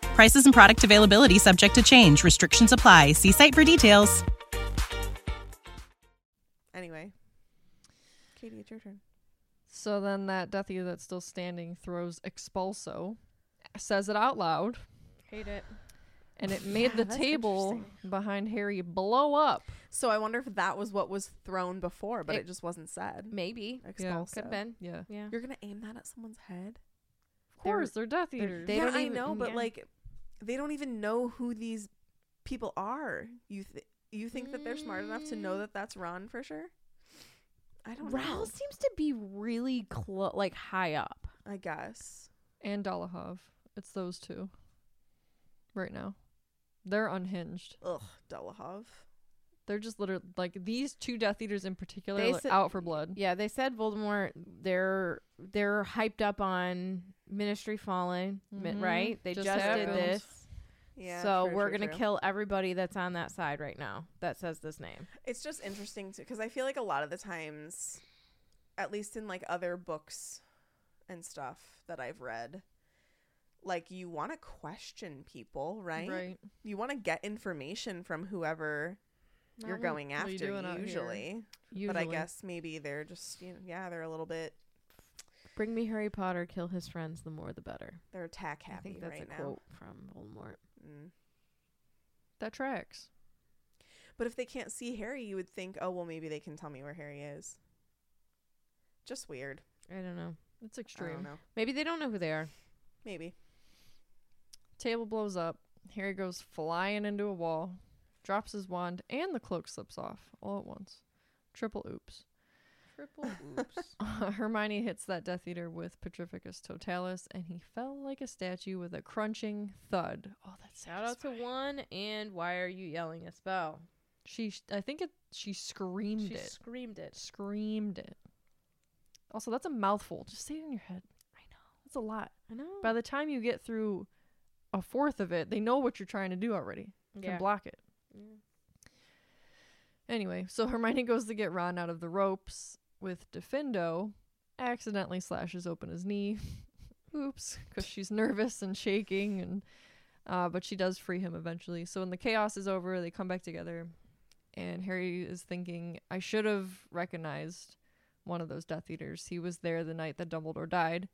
Speaker 5: Prices and product availability subject to change. Restrictions apply. See site for details.
Speaker 1: Anyway, Katie, it's your turn.
Speaker 4: So then that Death Eater that's still standing throws Expulso, says it out loud,
Speaker 3: Hate it.
Speaker 4: and it made the
Speaker 3: that's
Speaker 4: table behind Harry blow up.
Speaker 1: So I wonder if that was what was thrown before, but it, just wasn't said.
Speaker 3: Maybe.
Speaker 1: Expulso.
Speaker 3: Could have been.
Speaker 4: Yeah. Of
Speaker 3: Yeah.
Speaker 1: You're gonna aim that at someone's head?
Speaker 4: course, they're Death
Speaker 3: they're
Speaker 4: Eaters.
Speaker 3: They
Speaker 1: yeah,
Speaker 3: don't
Speaker 1: I
Speaker 3: even-
Speaker 1: know, but
Speaker 3: yeah.
Speaker 1: like, they don't even know who these people are. You th- you think that they're smart enough to know that that's Ron for sure? I don't
Speaker 3: Raoul seems to be really close, like high up.
Speaker 1: know. I guess.
Speaker 4: and Dolohov. It's those two. Right now. They're unhinged.
Speaker 1: Ugh, Dolohov.
Speaker 4: They're just literally like these two Death Eaters in particular
Speaker 3: They
Speaker 4: are
Speaker 3: said-
Speaker 4: out for blood.
Speaker 3: Yeah, they said Voldemort. They're they're hyped up on Ministry Fallen, mi-
Speaker 4: Mhm.
Speaker 3: right? They Mm-hmm. just,
Speaker 4: Just
Speaker 3: did
Speaker 4: happened.
Speaker 3: this,
Speaker 1: Yeah.
Speaker 3: so
Speaker 1: true,
Speaker 3: we're
Speaker 1: true,
Speaker 3: gonna
Speaker 1: true.
Speaker 3: kill everybody that's on that side right now that says this name.
Speaker 1: It's just interesting too, because I feel like a lot of the times, at least in like other books and stuff that I've read, like you want to question people, right?
Speaker 4: Right.
Speaker 1: You want to get information from whoever you're
Speaker 4: Not
Speaker 1: going
Speaker 4: what are you
Speaker 1: after,
Speaker 4: doing out here?
Speaker 1: usually.
Speaker 4: Usually.
Speaker 1: But I guess maybe they're just, you know, yeah, they're a little bit,
Speaker 3: Bring me Harry Potter. Kill his friends. The more, the better.
Speaker 1: they're attack happy
Speaker 3: I think that's
Speaker 1: right
Speaker 3: a
Speaker 1: now.
Speaker 3: quote from Voldemort.
Speaker 1: Mm.
Speaker 4: that tracks.
Speaker 1: But if they can't see Harry, you would think, oh, well, maybe they can tell me where Harry is. Just weird.
Speaker 3: I don't know.
Speaker 4: It's
Speaker 1: I don't
Speaker 4: extreme.
Speaker 1: know.
Speaker 3: Maybe they don't know who they are.
Speaker 1: Maybe.
Speaker 4: Table blows up. Harry goes flying into a wall, drops his wand, and the cloak slips off all at once. Triple oops.
Speaker 3: Triple oops.
Speaker 4: Hermione hits that Death Eater with Petrificus Totalis, and he fell like a statue with a crunching thud. Oh, that's
Speaker 3: Shout out to one. And why are you yelling a spell?
Speaker 4: She, sh- I think it. She screamed
Speaker 3: She
Speaker 4: it.
Speaker 3: screamed it.
Speaker 4: screamed it. Also, that's a mouthful. Just say it in your head. I know. That's a lot.
Speaker 3: I know.
Speaker 4: By the time you get through a fourth of it, they know what you're trying to do already. You
Speaker 3: Yeah.
Speaker 4: Can block it.
Speaker 3: Yeah.
Speaker 4: Anyway, so Hermione goes to get Ron out of the ropes with Defendo, accidentally slashes open his knee. Oops, because she's nervous and shaking, and uh, but she does free him eventually. So when the chaos is over, they come back together, and Harry is thinking, "I should have recognized one of those Death Eaters. He was there the night that Dumbledore died."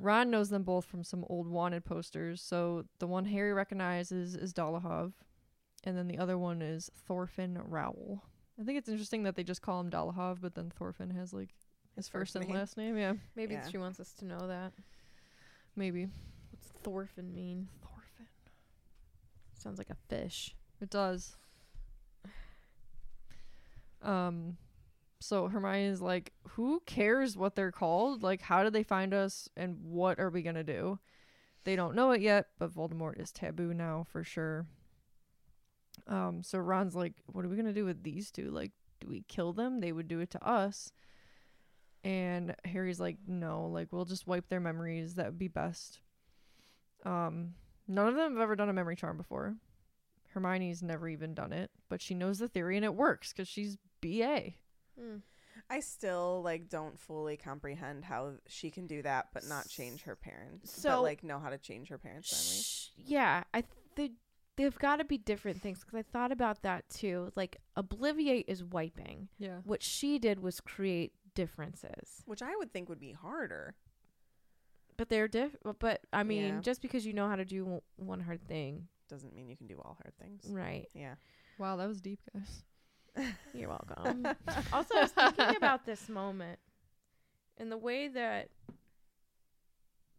Speaker 4: Ron knows them both from some old wanted posters. So the one Harry recognizes is Dolohov, and then the other one is Thorfinn Rowell. I think it's interesting that they just call him Dolohov, but then Thorfinn has like his first,
Speaker 1: first
Speaker 4: and
Speaker 1: name.
Speaker 4: last name. Yeah,
Speaker 3: Maybe
Speaker 1: Yeah.
Speaker 3: she wants us to know that.
Speaker 4: maybe.
Speaker 3: What's Thorfinn mean?
Speaker 4: Thorfinn.
Speaker 3: Sounds like a fish.
Speaker 4: It does. Um, so Hermione's like, who cares what they're called? Like, how did they find us, and what are we gonna do? They don't know it yet, but Voldemort is taboo now for sure. Um, so Ron's like, what are we gonna do with these two? Like, do we kill them? They would do it to us. And Harry's like, no, like we'll just wipe their memories. That would be best. Um, none of them have ever done a memory charm before. Hermione's never even done it, but she knows the theory and it works because she's BA.
Speaker 1: I still like don't fully comprehend how she can do that, but not change her parents.
Speaker 3: So-
Speaker 1: but like know how to change her parents'
Speaker 3: Sh- yeah, I th- they they've got to be different things because I thought about that too. Like obliviate is wiping.
Speaker 4: Yeah.
Speaker 3: What she did was create differences,
Speaker 1: memory, which I would think would be harder.
Speaker 3: but they're diff. But I mean,
Speaker 1: Yeah.
Speaker 3: just because you know how to do w- one hard thing,
Speaker 1: Doesn't mean you can do all hard things.
Speaker 3: right?
Speaker 1: Yeah.
Speaker 4: Wow, that was deep, guys.
Speaker 3: You're welcome. also, I was thinking about this moment and the way that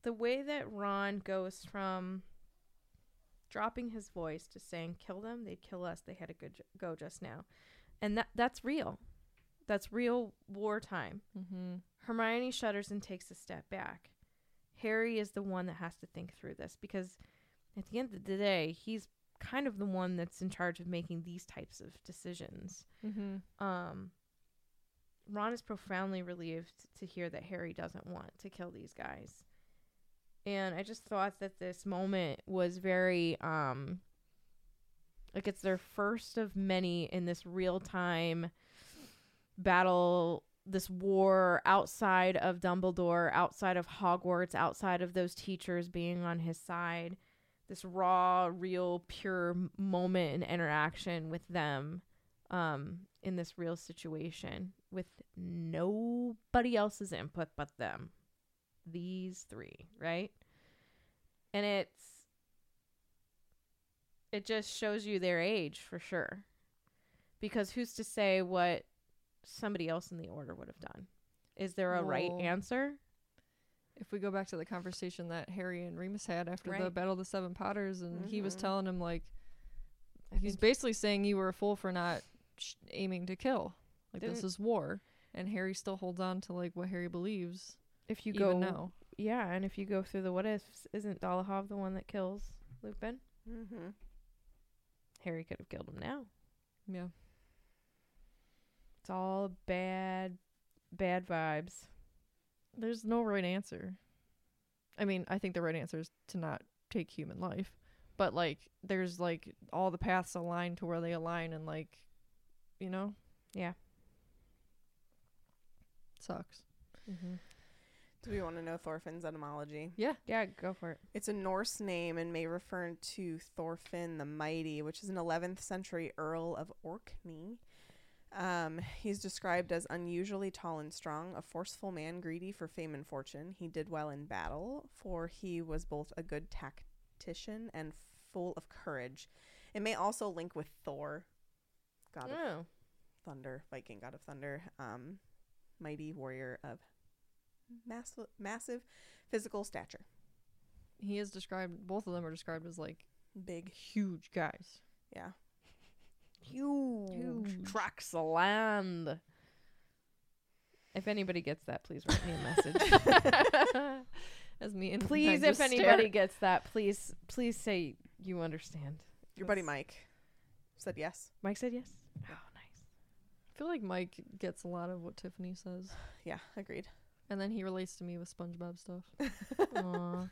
Speaker 3: the way that Ron goes from dropping his voice to saying "kill them," they'd kill us. They had a good j- go just now, and that that's real. That's real wartime.
Speaker 4: Mm-hmm.
Speaker 3: Hermione shudders and takes a step back. Harry is the one that has to think through this because at the end of the day, he's kind of the one that's in charge of making these types of decisions.
Speaker 4: Mm-hmm.
Speaker 3: Um, Ron is profoundly relieved to hear that Harry doesn't want to kill these guys. And I just thought that this moment was very um like it's their first of many in this real time battle this war outside of Dumbledore, outside of Hogwarts, outside of those teachers being on his side. This raw, real, pure m- moment and interaction with them um, in this real situation with nobody else's input but them. These three, right? And it's it just shows you their age for sure. Because who's to say what somebody else in the order would have done? Is there a right
Speaker 4: Well,
Speaker 3: answer?
Speaker 4: if we go back to the conversation that Harry and Remus had after the
Speaker 3: Right.
Speaker 4: Battle of the Seven Potters, and he was
Speaker 1: Mhm.
Speaker 4: telling him like,
Speaker 3: I
Speaker 4: he's
Speaker 3: think-
Speaker 4: basically saying you were a fool for not sh- aiming to kill. Like this
Speaker 3: Didn't-
Speaker 4: is war, and Harry still holds on to like what Harry believes.
Speaker 3: if you
Speaker 4: even
Speaker 3: go
Speaker 4: now.
Speaker 3: Yeah, and if you go through the what ifs, isn't Dolohov the one that kills Lupin?
Speaker 1: Mm-hmm.
Speaker 3: Harry could have killed him now.
Speaker 4: Yeah.
Speaker 3: It's all bad, bad vibes.
Speaker 4: There's no right answer. I mean, I think the right answer is to not take human life, but like, there's like all the paths align to where they align, and like, you know,
Speaker 3: Yeah.
Speaker 4: sucks.
Speaker 1: Do we want to know Thorfinn's etymology?
Speaker 3: Yeah, go for it.
Speaker 1: It's a Norse name and may refer to Thorfinn the Mighty, which is an 11th century Earl of Orkney. Um, he's described as unusually tall and strong, a forceful man greedy for fame and fortune. He did well in battle, for he was both a good tactician and full of courage. It may also link with Thor, god of
Speaker 4: Hmm.
Speaker 3: Oh,
Speaker 1: thunder, Viking god of thunder, um, mighty warrior of massive, massive physical stature.
Speaker 4: He is described. Both of them are described as like
Speaker 1: Big
Speaker 4: huge guys.
Speaker 1: Yeah.
Speaker 3: huge,
Speaker 4: Huge.
Speaker 3: trucks of land. If anybody gets that, please write me a message.
Speaker 4: As me and
Speaker 3: please,
Speaker 4: I
Speaker 3: if
Speaker 4: just stare.
Speaker 3: anybody gets that, please, please say you understand.
Speaker 1: Your buddy
Speaker 3: That's-
Speaker 1: Mike said yes.
Speaker 3: Mike said yes. Oh, nice.
Speaker 4: I feel like Mike gets a lot of what Tiffany says,
Speaker 1: Yeah, agreed.
Speaker 4: and then he relates to me with SpongeBob stuff.
Speaker 3: Aw.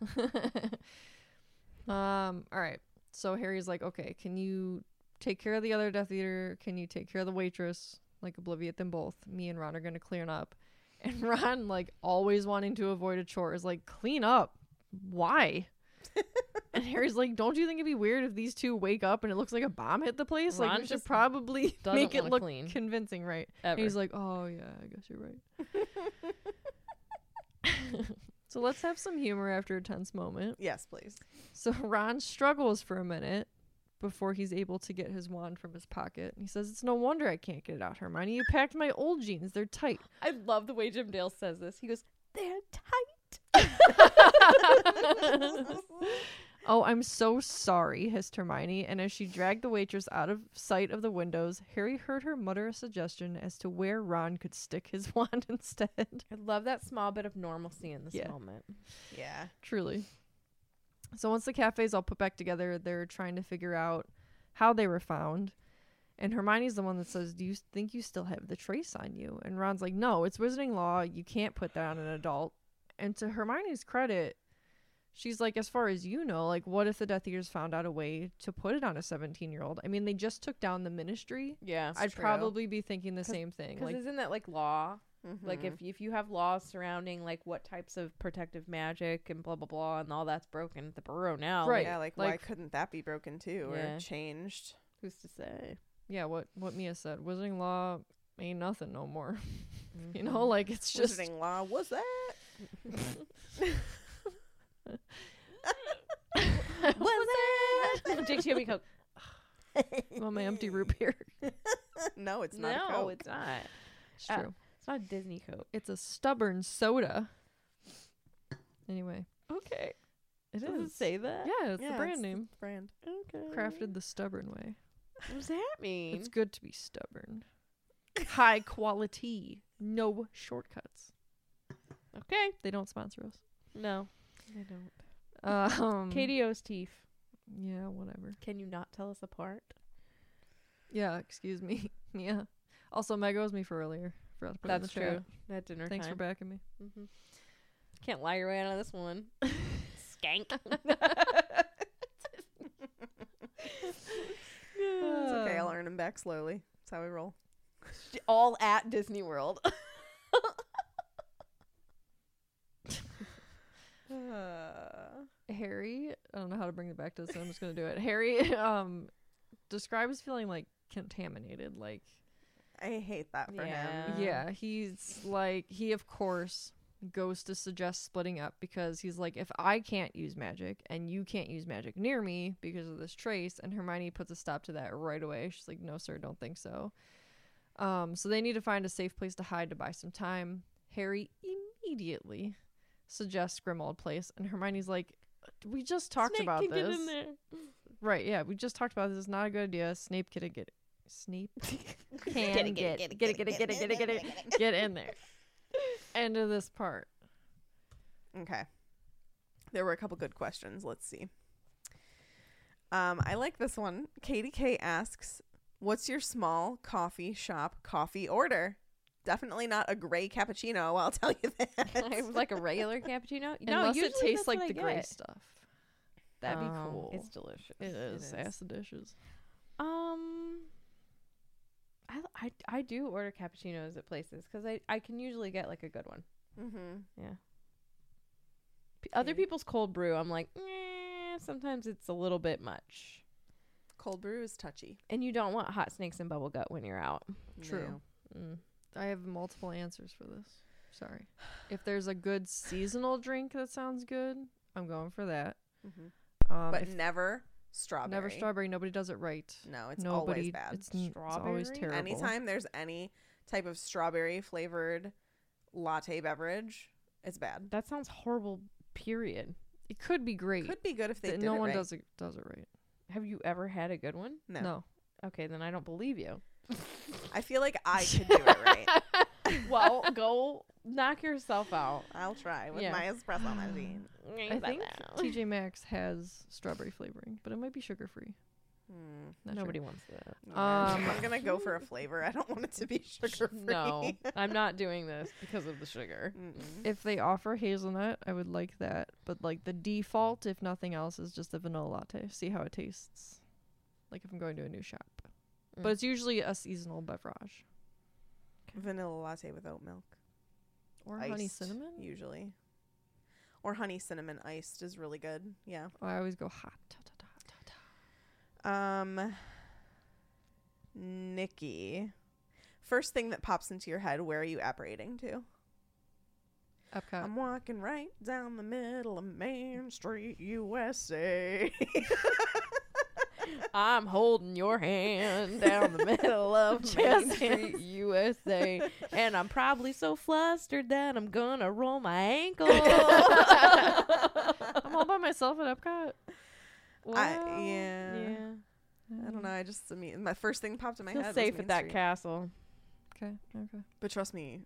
Speaker 4: um. All right. So Harry's like, okay, can you take care of the other Death Eater? Can you take care of the waitress? Like, obliviate them both. Me and Ron are gonna clean up. And Ron, like, always wanting to avoid a chore, is like, clean up. Why? and Harry's like, don't you think it'd be weird if these two wake up and it looks like a bomb hit the place? like,
Speaker 3: Ron
Speaker 4: we should
Speaker 3: just
Speaker 4: probably
Speaker 3: doesn't
Speaker 4: make it
Speaker 3: wanna
Speaker 4: look
Speaker 3: clean.
Speaker 4: convincing, right?
Speaker 3: Ever.
Speaker 4: And he's like, oh yeah, I guess you're right. so let's have some humor after a tense moment.
Speaker 1: Yes, please.
Speaker 4: So Ron struggles for a minute before he's able to get his wand from his pocket. And he says, It's no wonder I can't get it out, Hermione. You packed my old jeans. They're tight.
Speaker 3: I love the way Jim Dale says this. He goes, "They're tight."
Speaker 4: Oh, I'm so sorry, hissed Hermione. And as she dragged the waitress out of sight of the windows, Harry heard her mutter a suggestion as to where Ron could stick his wand instead.
Speaker 3: I love that small bit of normalcy in this
Speaker 4: Yeah.
Speaker 3: moment.
Speaker 1: Yeah.
Speaker 4: Truly. So once the cafe's all put back together, they're trying to figure out how they were found. And Hermione's the one that says, Do you think you still have the trace on you? And Ron's like, No, it's wizarding law. You can't put that on an adult. And to Hermione's credit, she's like, As far as you know, like, what if the Death Eaters found out a way to put it on a 17 year old? I mean, they just took down the ministry.
Speaker 3: Yeah,
Speaker 4: I'd probably be thinking the same thing.
Speaker 3: because
Speaker 4: Like,
Speaker 3: isn't that like Mm-hmm. law? Like
Speaker 1: Mhm.
Speaker 3: if if you have laws surrounding like what types of protective magic and blah blah blah and all that's broken at the borough now.
Speaker 4: Right.
Speaker 1: yeah, like, why
Speaker 4: like-
Speaker 1: couldn't that be broken too
Speaker 3: Yeah.
Speaker 1: or changed?
Speaker 3: Who's to say?
Speaker 4: yeah, what, what Mia said, wizarding law ain't nothing no more. you know, like, it's just.
Speaker 1: Wizarding law was that?
Speaker 3: What's that? Jake, Jimmy Coke.
Speaker 4: Well, my empty root beer.
Speaker 1: no, it's not. a
Speaker 3: no,
Speaker 1: Coke.
Speaker 3: it's not.
Speaker 4: It's
Speaker 3: Uh,
Speaker 4: true.
Speaker 3: It's not a Disney Coke.
Speaker 4: it's a stubborn soda. Anyway,
Speaker 3: Okay.
Speaker 4: it
Speaker 3: Does it
Speaker 4: is.
Speaker 3: say that?
Speaker 4: Yeah, it's
Speaker 1: Yeah,
Speaker 4: the brand
Speaker 1: it's the
Speaker 4: name.
Speaker 1: brand.
Speaker 3: Okay.
Speaker 4: Crafted the stubborn way.
Speaker 3: What does that mean?
Speaker 4: It's good to be stubborn. High quality, no shortcuts.
Speaker 3: okay.
Speaker 4: They don't sponsor us.
Speaker 3: No. I don't.
Speaker 4: Um,
Speaker 3: Katie O's teeth.
Speaker 4: Yeah, whatever.
Speaker 3: Mm. Can you not tell us apart?
Speaker 4: Yeah, excuse me. yeah. Also, Meg owes me for earlier. Forgot to put it in the
Speaker 3: That's
Speaker 4: chat.
Speaker 3: true. At dinner
Speaker 4: Thanks
Speaker 3: time.
Speaker 4: for backing me.
Speaker 3: Mm-hmm. Can't lie your way out of this one. Skank.
Speaker 1: It's
Speaker 4: Uh,
Speaker 1: okay. I'll earn him back slowly. That's how we roll.
Speaker 3: All at Disney World.
Speaker 4: Harry, I don't know how to bring it back to this. so I'm just gonna do it. Harry um describes feeling like contaminated. Like
Speaker 1: I hate that for him.
Speaker 3: Yeah.
Speaker 4: yeah, he's like he of course goes to suggest splitting up because he's like if I can't use magic and you can't use magic near me because of this trace and Hermione puts a stop to that right away. She's like no sir, don't think so. Um so they need to find a safe place to hide to buy some time. Harry immediately suggests Grimald Place and Hermione's like we just talked
Speaker 3: Snake
Speaker 4: about
Speaker 3: can
Speaker 4: this.
Speaker 3: Get in there.
Speaker 4: Right, yeah, we just talked about this. It's not a good idea. Snape can get it. Snape can get get it, get it, get it, get it, get it, get it, get in there. End of this part.
Speaker 1: Okay. There were a couple good questions. Let's see. Um, I like this one. Katie K asks, "What's your small coffee shop coffee order?" Definitely not a gray cappuccino. I'll tell you that.
Speaker 3: It was like a regular cappuccino. no,
Speaker 4: Unless it tastes like the gray stuff.
Speaker 3: That'd be
Speaker 4: Oh.
Speaker 3: cool.
Speaker 4: It's
Speaker 3: Um, delicious.
Speaker 4: It is. Acid dishes.
Speaker 3: Um, I, I, I do order cappuccinos at places because I, I can usually get like a good one.
Speaker 1: mm-hmm.
Speaker 3: P- Other people's cold brew, I'm like, eh, sometimes it's a little bit much.
Speaker 1: Cold brew is touchy.
Speaker 3: And you don't want hot snakes and bubble gut when you're out.
Speaker 4: True. Um,
Speaker 1: No.
Speaker 3: Mm.
Speaker 4: I have multiple answers for this. Sorry. If there's a good seasonal drink that sounds good, I'm going for that.
Speaker 1: Mhm.
Speaker 4: Um,
Speaker 1: but
Speaker 4: if
Speaker 1: never strawberry.
Speaker 4: never strawberry. Nobody does it right.
Speaker 1: No, it's
Speaker 4: Nobody.
Speaker 1: always bad.
Speaker 4: It's, n- it's always
Speaker 3: Strawberry?
Speaker 4: terrible.
Speaker 1: Anytime there's any type of strawberry flavored latte beverage, it's bad.
Speaker 3: That sounds horrible. Period.
Speaker 4: it could be great.
Speaker 1: Could be good if they
Speaker 4: Th-
Speaker 1: did
Speaker 4: no
Speaker 1: it
Speaker 4: one
Speaker 1: right.
Speaker 4: does it does it right.
Speaker 3: Have you ever had a good one?
Speaker 1: No.
Speaker 4: no.
Speaker 3: Okay, then I don't believe you.
Speaker 1: I feel like I could do it right.
Speaker 3: well, go knock yourself out.
Speaker 1: I'll try with
Speaker 3: Yeah.
Speaker 1: my espresso machine.
Speaker 4: I think TJ Maxx has strawberry flavoring, but it might be sugar free.
Speaker 3: Nobody wants that.
Speaker 4: Mm. Um,
Speaker 1: Mm, I'm gonna go for a flavor. I don't want it to be sugar free.
Speaker 3: No, I'm not doing this because of the sugar.
Speaker 4: If they offer hazelnut, I would like that. But like the default, if nothing else, is just the vanilla latte. See how it tastes. Like if I'm going to a new shop, but
Speaker 3: Mm.
Speaker 4: it's usually a seasonal beverage
Speaker 1: Vanilla latte with oat milk,
Speaker 4: or
Speaker 1: iced,
Speaker 4: honey cinnamon.
Speaker 1: usually, or honey cinnamon iced is really good. Yeah.
Speaker 4: Oh, I always go hot. Ta, ta, ta, ta, ta.
Speaker 1: Um. Nikki, first thing that pops into your head, where are you apparating to?
Speaker 4: Epcot.
Speaker 1: I'm walking right down the middle of Main Street, USA.
Speaker 3: I'm holding your hand down the middle of Main Street, USA, and I'm probably so flustered that I'm gonna roll my ankle.
Speaker 4: I'm all by myself at Epcot.
Speaker 3: Well,
Speaker 1: yeah.
Speaker 3: yeah.
Speaker 1: I don't know. I just I mean, my first thing popped in my
Speaker 3: Feel
Speaker 1: head.
Speaker 3: Mm. safe
Speaker 1: was Main
Speaker 3: at that
Speaker 1: Street.
Speaker 3: castle.
Speaker 4: Okay, okay.
Speaker 1: But trust me,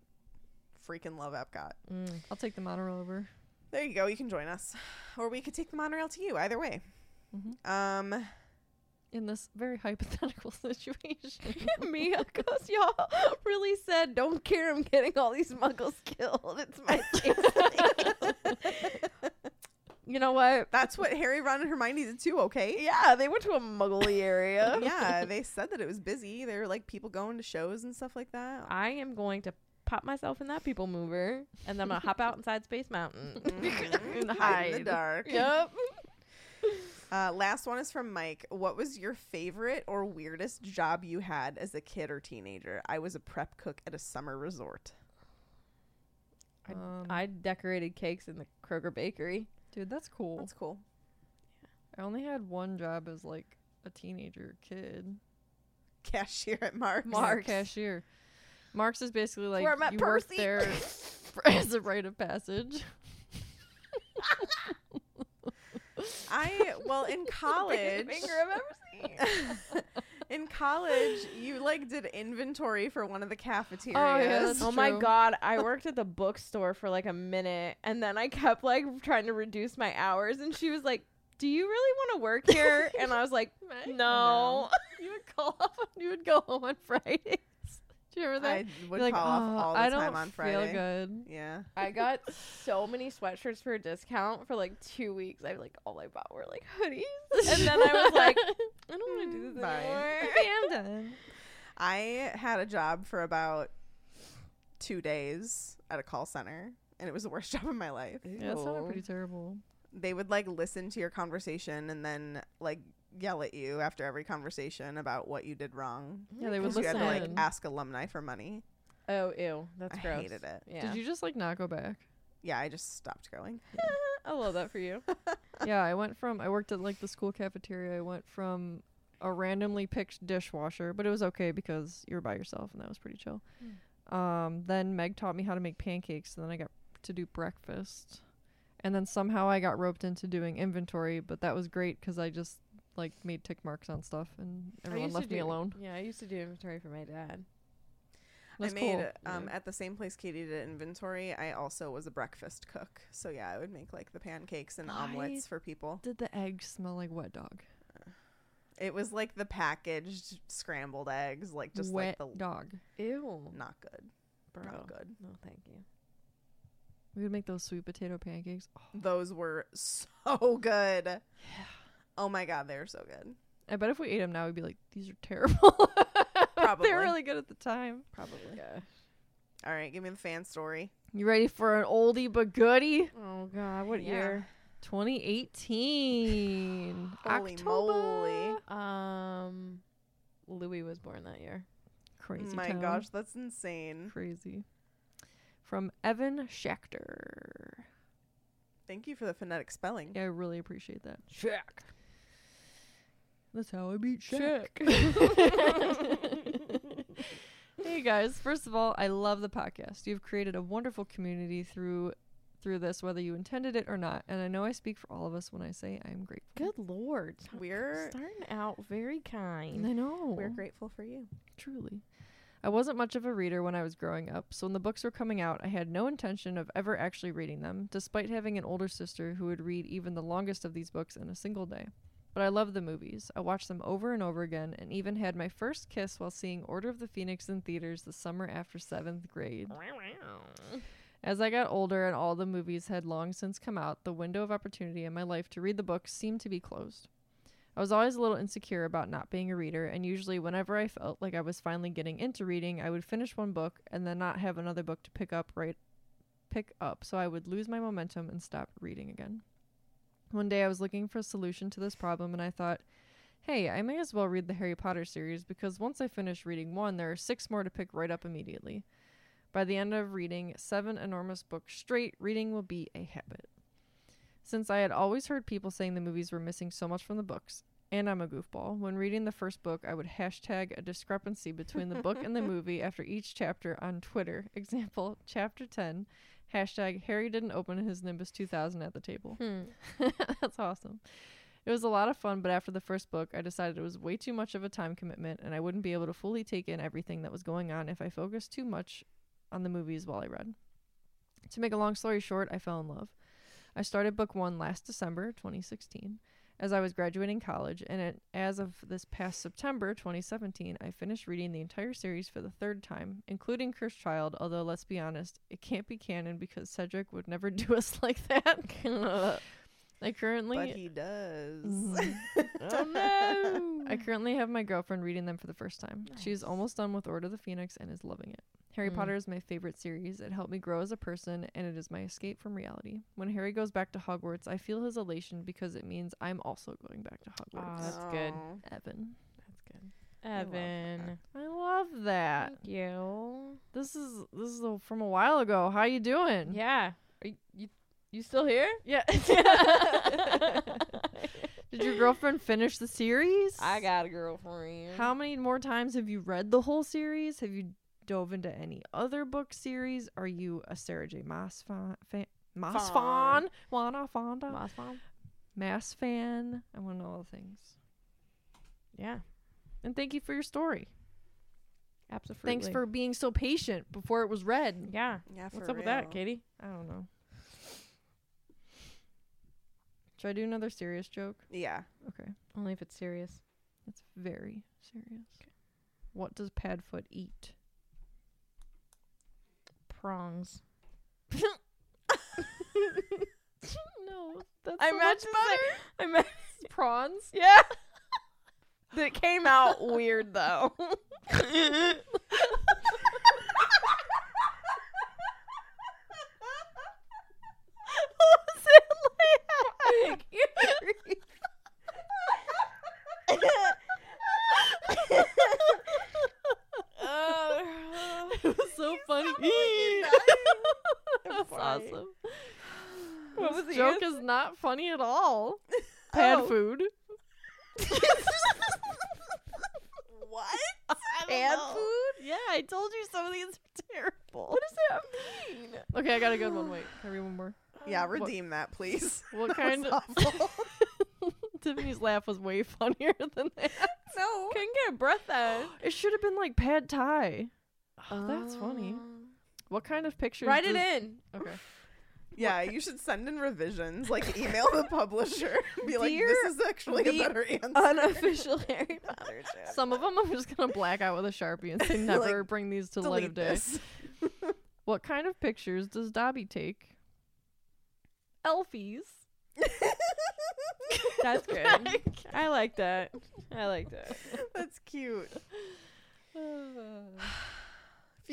Speaker 1: freaking love Epcot.
Speaker 3: Mm.
Speaker 4: I'll take the monorail over.
Speaker 1: There you go. You can join us, or we could take the monorail to you. Either way.
Speaker 3: Mm-hmm.
Speaker 4: Mhm.
Speaker 1: Um,
Speaker 4: In this very hypothetical situation,
Speaker 3: Me, because y'all really said, "Don't care." I'm getting all these muggles killed. It's my. you know what?
Speaker 1: that's what Harry, Ron, and Hermione did too. Okay.
Speaker 3: Yeah, they went to a muggly area.
Speaker 1: yeah, they said that it was busy. There were like people going to shows and stuff like that.
Speaker 3: I am going to pop myself in that people mover, and then I'm gonna hop out inside Space Mountain.
Speaker 1: Mhm.
Speaker 4: hide.
Speaker 1: in the dark.
Speaker 3: yep.
Speaker 1: Uh, last one is from Mike. What was your favorite or weirdest job you had as a kid or teenager? I was a prep cook at a summer resort.
Speaker 3: I,
Speaker 4: Um,
Speaker 3: I decorated cakes in the Kroger bakery.
Speaker 4: dude, that's cool.
Speaker 1: That's cool.
Speaker 4: I only had one job as like a teenager kid.
Speaker 1: Cashier at Mark's.
Speaker 4: Yeah,
Speaker 3: Mark's.
Speaker 4: cashier. Marks is basically like
Speaker 3: where I met
Speaker 4: you worked
Speaker 3: Percy.
Speaker 4: there for- as a rite of passage.
Speaker 1: I well in college.
Speaker 3: Biggest finger I've ever seen.
Speaker 1: in in college, you like did inventory for one of the cafeterias.
Speaker 4: that's
Speaker 3: Oh my
Speaker 4: true.
Speaker 3: god, I worked at the bookstore for like a minute and then I kept like trying to reduce my hours and she was like, "Do you really want to work here?" and I was like,
Speaker 4: Meg?
Speaker 3: "No."
Speaker 4: You would call off. You would go home on Fridays. Do you remember that?
Speaker 1: I
Speaker 4: You're
Speaker 1: would
Speaker 4: like,
Speaker 1: call
Speaker 4: "Oh,
Speaker 1: off all the
Speaker 4: I
Speaker 1: time
Speaker 4: don't
Speaker 1: on Friday.
Speaker 4: Feel good.
Speaker 1: Yeah.
Speaker 3: I got so many sweatshirts for a discount for like 2 weeks. I like all I bought were like hoodies. Hmm, And then I was like, I don't want to do this
Speaker 1: Bye.
Speaker 3: anymore.
Speaker 4: I'm done.
Speaker 1: I had a job for about two days at a call center, and it was the worst job of my life.
Speaker 4: Yeah, that sounded
Speaker 3: Ew.
Speaker 4: pretty terrible.
Speaker 1: They would like listen to your conversation and then like yell at you after every conversation about what you did wrong.
Speaker 4: Yeah, they would
Speaker 1: 'Cause you had to like
Speaker 4: listen.
Speaker 1: ask alumni for money.
Speaker 3: Oh, ew. That's
Speaker 1: I
Speaker 3: gross.
Speaker 1: hated it.
Speaker 3: Yeah.
Speaker 4: Did you just like not go back?
Speaker 1: Yeah, I just stopped going.
Speaker 3: I love that for you.
Speaker 4: yeah, I went from I worked at like the school cafeteria. I went from a randomly picked dishwasher, but it was okay because you were by yourself and that was pretty chill.
Speaker 1: Hmm.
Speaker 4: Um, then Meg taught me how to make pancakes, and then I got to do breakfast, and then somehow I got roped into doing inventory, but that was great because I just like made tick marks on stuff and everyone left me alone.
Speaker 3: Yeah, I used to do inventory for my dad.
Speaker 4: That's
Speaker 1: I made
Speaker 4: cool.
Speaker 1: um at the same place Katie did inventory. I also was a breakfast cook, so yeah, I would make like the pancakes and
Speaker 4: Why
Speaker 1: omelets for people.
Speaker 4: Did the eggs smell like wet dog?
Speaker 1: It was like the packaged scrambled eggs, like just
Speaker 4: wet
Speaker 1: like the
Speaker 4: dog.
Speaker 3: Ew.
Speaker 1: not good,
Speaker 3: Bro.
Speaker 1: not good.
Speaker 3: No, thank you.
Speaker 4: We would make those sweet potato pancakes. Oh,
Speaker 1: Those were so good. Oh my god, they were so good.
Speaker 4: I bet if we ate them now, we'd be like, these are terrible.
Speaker 1: Probably.
Speaker 4: They're really good at the time.
Speaker 1: Probably.
Speaker 3: Yeah.
Speaker 1: All right, give me the fan story.
Speaker 4: You ready for an oldie but goodie?
Speaker 3: Oh god, what
Speaker 1: Yeah.
Speaker 3: year?
Speaker 4: 2018.
Speaker 1: Holy
Speaker 4: October.
Speaker 1: moly.
Speaker 3: Um, Louis was born that year.
Speaker 4: Crazy.
Speaker 1: my
Speaker 4: town.
Speaker 1: gosh, that's insane.
Speaker 4: Crazy. From Evan Schachter.
Speaker 1: Thank you for the phonetic spelling.
Speaker 4: Yeah, I really appreciate that.
Speaker 3: Check.
Speaker 4: That's how I beat Shaq. hey guys, first of all, I love the podcast. You've created a wonderful community through through this, whether you intended it or not. And I know I speak for all of us when I say I'm grateful.
Speaker 3: Good lord,
Speaker 1: We're
Speaker 3: starting out very kind.
Speaker 4: I know.
Speaker 1: we're grateful for you.
Speaker 4: Truly. I wasn't much of a reader when I was growing up, so when the books were coming out, I had no intention of ever actually reading them, despite having an older sister who would read even the longest of these books in a single day. But I loved the movies. I watched them over and over again, and even had my first kiss while seeing Order of the Phoenix in theaters the summer after seventh grade. As I got older and all the movies had long since come out, the window of opportunity in my life to read the books seemed to be closed. I was always a little insecure about not being a reader, and usually, whenever I felt like I was finally getting into reading, I would finish one book and then not have another book to pick up right pick up, so I would lose my momentum and stop reading again. One day, I was looking for a solution to this problem, and I thought, hey, I may as well read the Harry Potter series because once I finish reading one, there are six more to pick right up immediately. By the end of reading seven enormous books straight, reading will be a habit. Since I had always heard people saying the movies were missing so much from the books, and I'm a goofball, when reading the first book, I would hashtag a discrepancy between the book and the movie after each chapter on Twitter. Example, chapter 10, hashtag Harry didn't open his Nimbus 2000 at the table. That's awesome. It was a lot of fun, but after the first book, I decided it was way too much of a time commitment and I wouldn't be able to fully take in everything that was going on if I focused too much on the movies while I read. To make a long story short, I fell in love. I started book one last December 2016 as I was graduating college, and it, as of this past September 2017, I finished reading the entire series for the third time, including Cursed Child, although let's be honest, it can't be canon because Cedric would never do us like that. I currently.
Speaker 1: But he does.
Speaker 4: Mhm.
Speaker 3: oh
Speaker 4: I currently have my girlfriend reading them for the first time. She's almost done with Order of the Phoenix and is loving it. Harry
Speaker 3: Mm.
Speaker 4: Potter is my favorite series. It helped me grow as a person and it is my escape from reality. When Harry goes back to Hogwarts, I feel his elation because it means I'm also going back to
Speaker 3: Aw,
Speaker 4: Hogwarts.
Speaker 3: that's good.
Speaker 1: Oh.
Speaker 4: Evan.
Speaker 3: That's good.
Speaker 1: love that.
Speaker 3: Evan,
Speaker 4: I love that.
Speaker 3: thank you.
Speaker 4: This is this is a- from a while ago. How you doing?
Speaker 3: Yeah, Are you, you you still here?
Speaker 4: Yeah. Did your girlfriend finish the series?
Speaker 3: I got a girlfriend.
Speaker 4: How many more times have you read the whole series? Have you dove into any other book series? Are you a Sarah J. Maas fan? fan Maas fan?
Speaker 1: Fawn.
Speaker 4: Juana Fonda?
Speaker 3: Moss mom?
Speaker 4: Mass fan? I want to know all the things.
Speaker 3: Yeah. And thank you for your story. Absolutely.
Speaker 4: Thanks for being so patient before it was read.
Speaker 3: Yeah.
Speaker 1: Yeah, for
Speaker 3: What's up with that,
Speaker 1: real.
Speaker 3: Katie?
Speaker 4: I don't know. Should I do another serious joke?
Speaker 1: Yeah.
Speaker 4: Okay.
Speaker 3: Only if it's serious.
Speaker 4: That's very serious. What does Padfoot eat?
Speaker 3: Prongs.
Speaker 4: no, that's
Speaker 3: I
Speaker 4: so
Speaker 3: meant
Speaker 4: much
Speaker 3: to say-
Speaker 4: better.
Speaker 3: I meant
Speaker 4: Prawns.
Speaker 3: Yeah. That came out weird though.
Speaker 4: it was so funny.
Speaker 1: That's funny.
Speaker 4: awesome.
Speaker 3: What was
Speaker 4: this
Speaker 3: the
Speaker 4: joke is not funny at all. Pad
Speaker 3: Oh.
Speaker 4: food.
Speaker 1: What?
Speaker 4: Pad food? Yeah, I told you some of these are terrible. What does that mean? Okay, I got a good one. Wait, can I read one more?
Speaker 1: Yeah, redeem that, please.
Speaker 4: What
Speaker 1: That was
Speaker 4: kind of
Speaker 1: awful.
Speaker 4: Tiffany's laugh was way funnier than that.
Speaker 1: no.
Speaker 3: Couldn't get a breath out.
Speaker 4: It should have been like pad thai. Oh, that's funny. What kind of pictures?
Speaker 3: Um, Write it
Speaker 4: does-
Speaker 3: in.
Speaker 4: Okay.
Speaker 1: Yeah, you should send in revisions. Like email the publisher. and Be like,
Speaker 3: Dear
Speaker 1: this is actually
Speaker 3: the
Speaker 1: a better answer.
Speaker 3: Unofficial Harry Potter joke.
Speaker 4: Some of them I'm just gonna black out with a sharpie and say
Speaker 1: Like,
Speaker 4: never bring these to the light of
Speaker 1: Delete
Speaker 4: day.
Speaker 1: this.
Speaker 4: What kind of pictures does Dobby take? Elfies.
Speaker 3: That's good. I like that. I like that.
Speaker 1: That's cute. If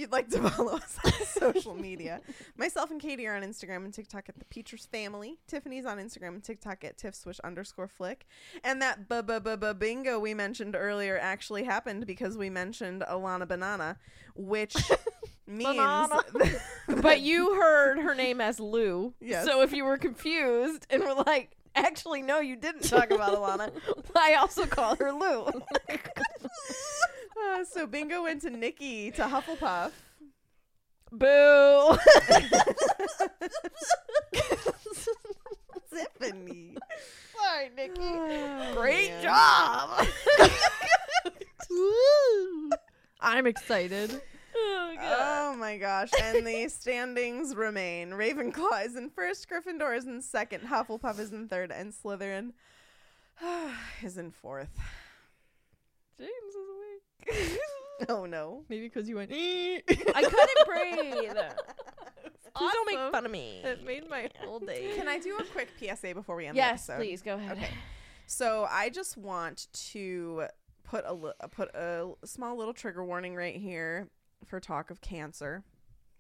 Speaker 1: you'd like to follow us on social media, myself and Katie are on Instagram and TikTok at the Peters Family. Tiffany's on Instagram and TikTok at tiffswish underscore flick. And that bu- bu- bu- bu- bingo we mentioned earlier actually happened because we mentioned Alana Banana, which means.
Speaker 3: Banana.
Speaker 1: that-
Speaker 3: But you heard her name as Lou.
Speaker 1: Yes.
Speaker 3: So if you were confused and were like, actually, no, you didn't talk about Alana, I also call her Lou.
Speaker 1: uh, so bingo went to Nikki to Hufflepuff.
Speaker 3: Boo.
Speaker 1: Tiffany.
Speaker 3: Sorry, Nikki.
Speaker 1: Great
Speaker 3: job.
Speaker 4: I'm excited.
Speaker 3: Oh, God.
Speaker 1: Oh my gosh. And the standings remain. Ravenclaw is in first, Gryffindor is in second, Hufflepuff is in third, and Slytherin is in fourth.
Speaker 4: James is awake.
Speaker 1: Oh no.
Speaker 4: Maybe because you went.
Speaker 3: I couldn't breathe. Please don't make
Speaker 4: Awesome.
Speaker 3: fun of me.
Speaker 4: It made my whole day.
Speaker 1: Can I do a quick PSA before we end
Speaker 3: Yes,
Speaker 1: the episode?
Speaker 3: please go ahead.
Speaker 1: Okay. So I just want to put a li- put a small little trigger warning right here for talk of cancer,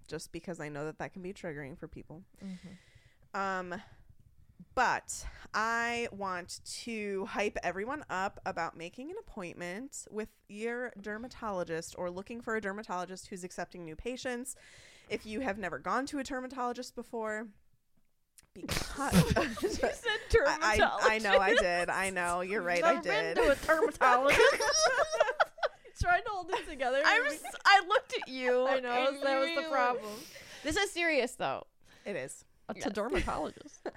Speaker 1: just because I know that that can be triggering for people. Um, but I want to hype everyone up about making an appointment with your dermatologist or looking for a dermatologist who's accepting new patients. If you have never gone to a dermatologist before, because I, I, I know I did. I know. You're right. I did.
Speaker 3: a dermatologist.
Speaker 4: Trying to hold this together.
Speaker 3: I'm s- I looked at you.
Speaker 4: I know
Speaker 3: and
Speaker 4: that was
Speaker 3: you-
Speaker 4: the problem.
Speaker 3: This is serious though.
Speaker 1: It is.
Speaker 3: Uh,
Speaker 4: It's a dermatologist.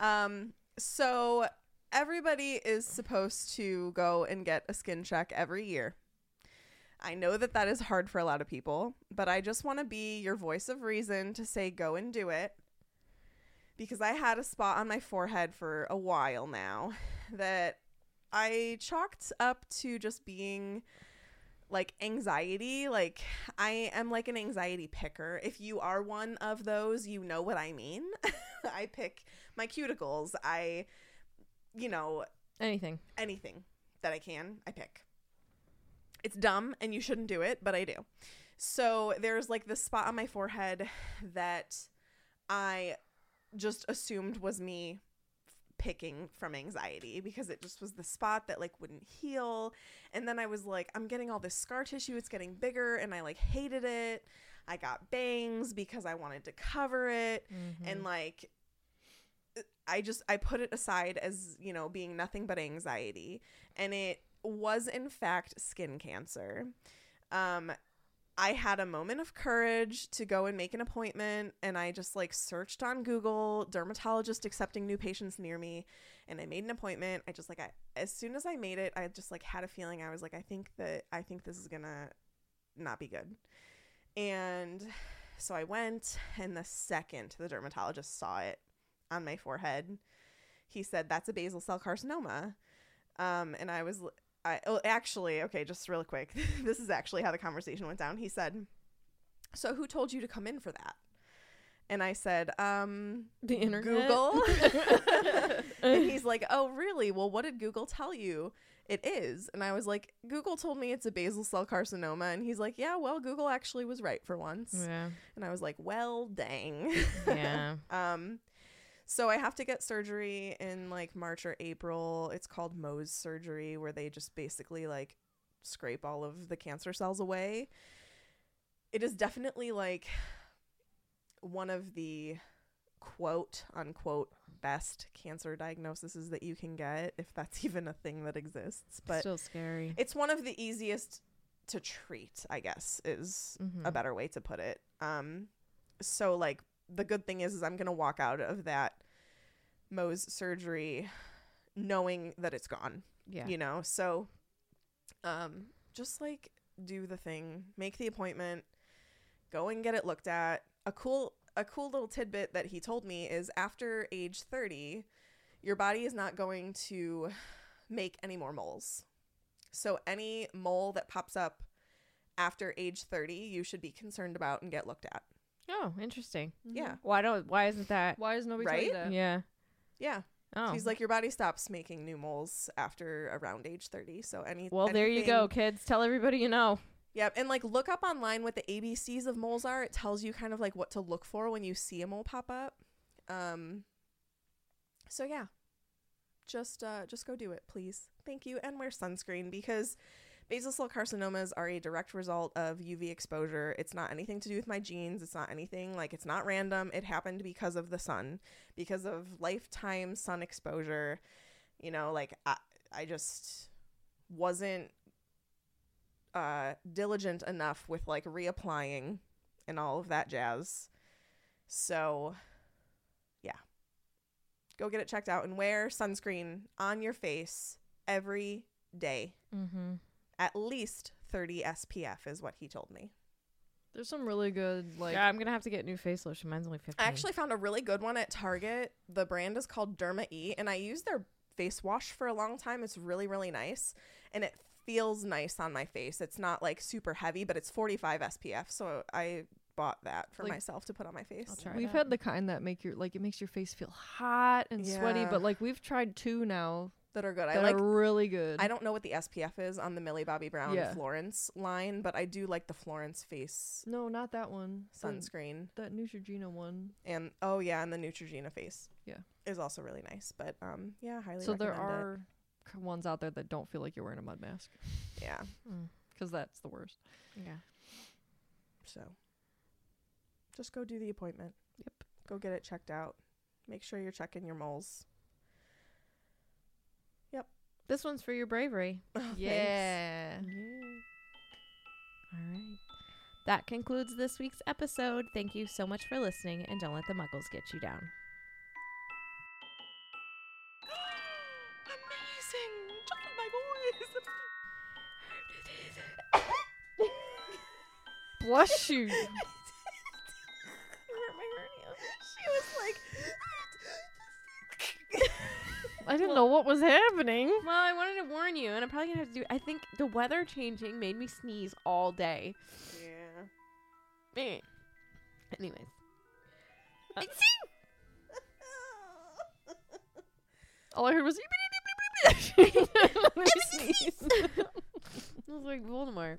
Speaker 1: Um, so everybody is supposed to go and get a skin check every year. I know that that is hard for a lot of people, but I just want to be your voice of reason to say go and do it. Because I had a spot on my forehead for a while now that I chalked up to just being like anxiety. Like, I am like an anxiety picker. If you are one of those, you know what I mean. I pick my cuticles. I, you know,
Speaker 3: Anything.
Speaker 1: anything that I can, I pick. It's dumb and you shouldn't do it, but I do. So there's like this spot on my forehead that I just assumed was me picking from anxiety because it just was the spot that like wouldn't heal. And then I was like, I'm getting all this scar tissue, it's getting bigger, and I like hated it. I got bangs because I wanted to cover it. And like, I just I put it aside as you know being nothing but anxiety, and it was in fact skin cancer. Um, I had a moment of courage to go and make an appointment and I just like searched on Google dermatologist accepting new patients near me and I made an appointment. I just like I, as soon as I made it, I just like had a feeling I was like I think that I think this is going to not be good. And so I went and the second the dermatologist saw it on my forehead, he said that's a basal cell carcinoma. Um and I was l- I oh, actually okay, just real quick. this is actually how the conversation went down. He said, "So who told you to come in for that?" And I said, "Um,
Speaker 3: The internet.
Speaker 1: Google." and he's like, "Oh, really? Well, what did Google tell you?" It is. And I was like, Google told me it's a basal cell carcinoma. And he's like, yeah, well, Google actually was right for once.
Speaker 3: Yeah.
Speaker 1: And I was like, well, dang.
Speaker 3: Yeah.
Speaker 1: Um, so I have to get surgery in like March or April. It's called Mohs surgery, where they just basically like scrape all of the cancer cells away. It is definitely like one of the quote unquote best cancer diagnoses that you can get, if that's even a thing that exists. But
Speaker 3: Still scary.
Speaker 1: it's one of the easiest to treat i guess is a better way to put it um so like the good thing is is i'm gonna walk out of that Mohs surgery knowing that it's gone
Speaker 3: yeah.
Speaker 1: you know so um just like do the thing make the appointment go and get it looked at a cool a cool little tidbit that he told me is after age 30 your body is not going to make any more moles so any mole that pops up after age 30 you should be concerned about and get looked at
Speaker 3: Oh, interesting.
Speaker 1: yeah
Speaker 3: Why don't? Why isn't that?
Speaker 4: Why is nobody telling
Speaker 1: Right?
Speaker 4: you that?
Speaker 3: Yeah.
Speaker 1: yeah
Speaker 3: Oh.
Speaker 1: he's like your body stops making new moles after around age 30 so any
Speaker 3: well, there you
Speaker 1: anything-
Speaker 3: go, kids. Tell everybody you know.
Speaker 1: Yep, and like look up online what the ABCs of moles are. It tells you kind of like what to look for when you see a mole pop up. Um so yeah. Just uh just go do it, please. Thank you and wear sunscreen because basal cell carcinomas are a direct result of UV exposure. It's not anything to do with my genes. It's not anything like it's not random. It happened because of the sun, because of lifetime sun exposure. You know, like I I just wasn't uh, diligent enough with like reapplying and all of that jazz. So, yeah. Go get it checked out and wear sunscreen on your face every day.
Speaker 3: Mm-hmm.
Speaker 1: At least 30 SPF is what he told me.
Speaker 4: There's some really good like
Speaker 3: yeah, I'm gonna have to get new face lotion. Mine's only
Speaker 4: Mm.
Speaker 3: fifteen.
Speaker 1: I actually found a really good one at Target. The brand is called Derma E, and I used their face wash for a long time. It's really, really nice, and it feels nice on my face. It's not like super heavy, but it's 45 SPF, so I bought that for
Speaker 4: Like-
Speaker 1: myself to put on my face.
Speaker 3: I'll try
Speaker 4: We've
Speaker 3: it out.
Speaker 4: had the kind that make your like it makes your face feel hot and sweaty,
Speaker 1: Yeah.
Speaker 4: but like we've tried two now
Speaker 1: That are good.
Speaker 4: that
Speaker 1: I like.
Speaker 4: are really good.
Speaker 1: I don't know what the SPF is on the Millie Bobby Brown
Speaker 4: Yeah. Mm.
Speaker 1: Florence line, but I do like the Florence face
Speaker 4: no, not that one. The-
Speaker 1: sunscreen.
Speaker 4: that Neutrogena one.
Speaker 1: And oh yeah, and the Neutrogena face.
Speaker 4: Yeah.
Speaker 1: Is also really nice, but um yeah, highly
Speaker 4: So there
Speaker 1: recommend it.
Speaker 4: are c- ones out there that don't feel like you're wearing a mud mask
Speaker 1: Yeah.
Speaker 4: because that's the worst.
Speaker 3: Yeah.
Speaker 1: So just go do the appointment.
Speaker 4: Yep.
Speaker 1: Go get it checked out. Make sure you're checking your moles.
Speaker 3: This one's for your bravery.
Speaker 1: Thanks.
Speaker 3: yeah. All right. That concludes this week's episode. Thank you so much for listening, and don't let the muggles get you down.
Speaker 1: Amazing. Just my voice.
Speaker 4: Bless you.
Speaker 1: It hurt my hernia. She was like "Ah,
Speaker 4: I didn't know what was happening.
Speaker 3: Well, I wanted to warn you, and I'm probably gonna have to do. I think the weather changing made me sneeze all day.
Speaker 1: Yeah.
Speaker 3: Eh. Anyways, Uh,
Speaker 4: All I heard was.
Speaker 3: it was like Voldemort.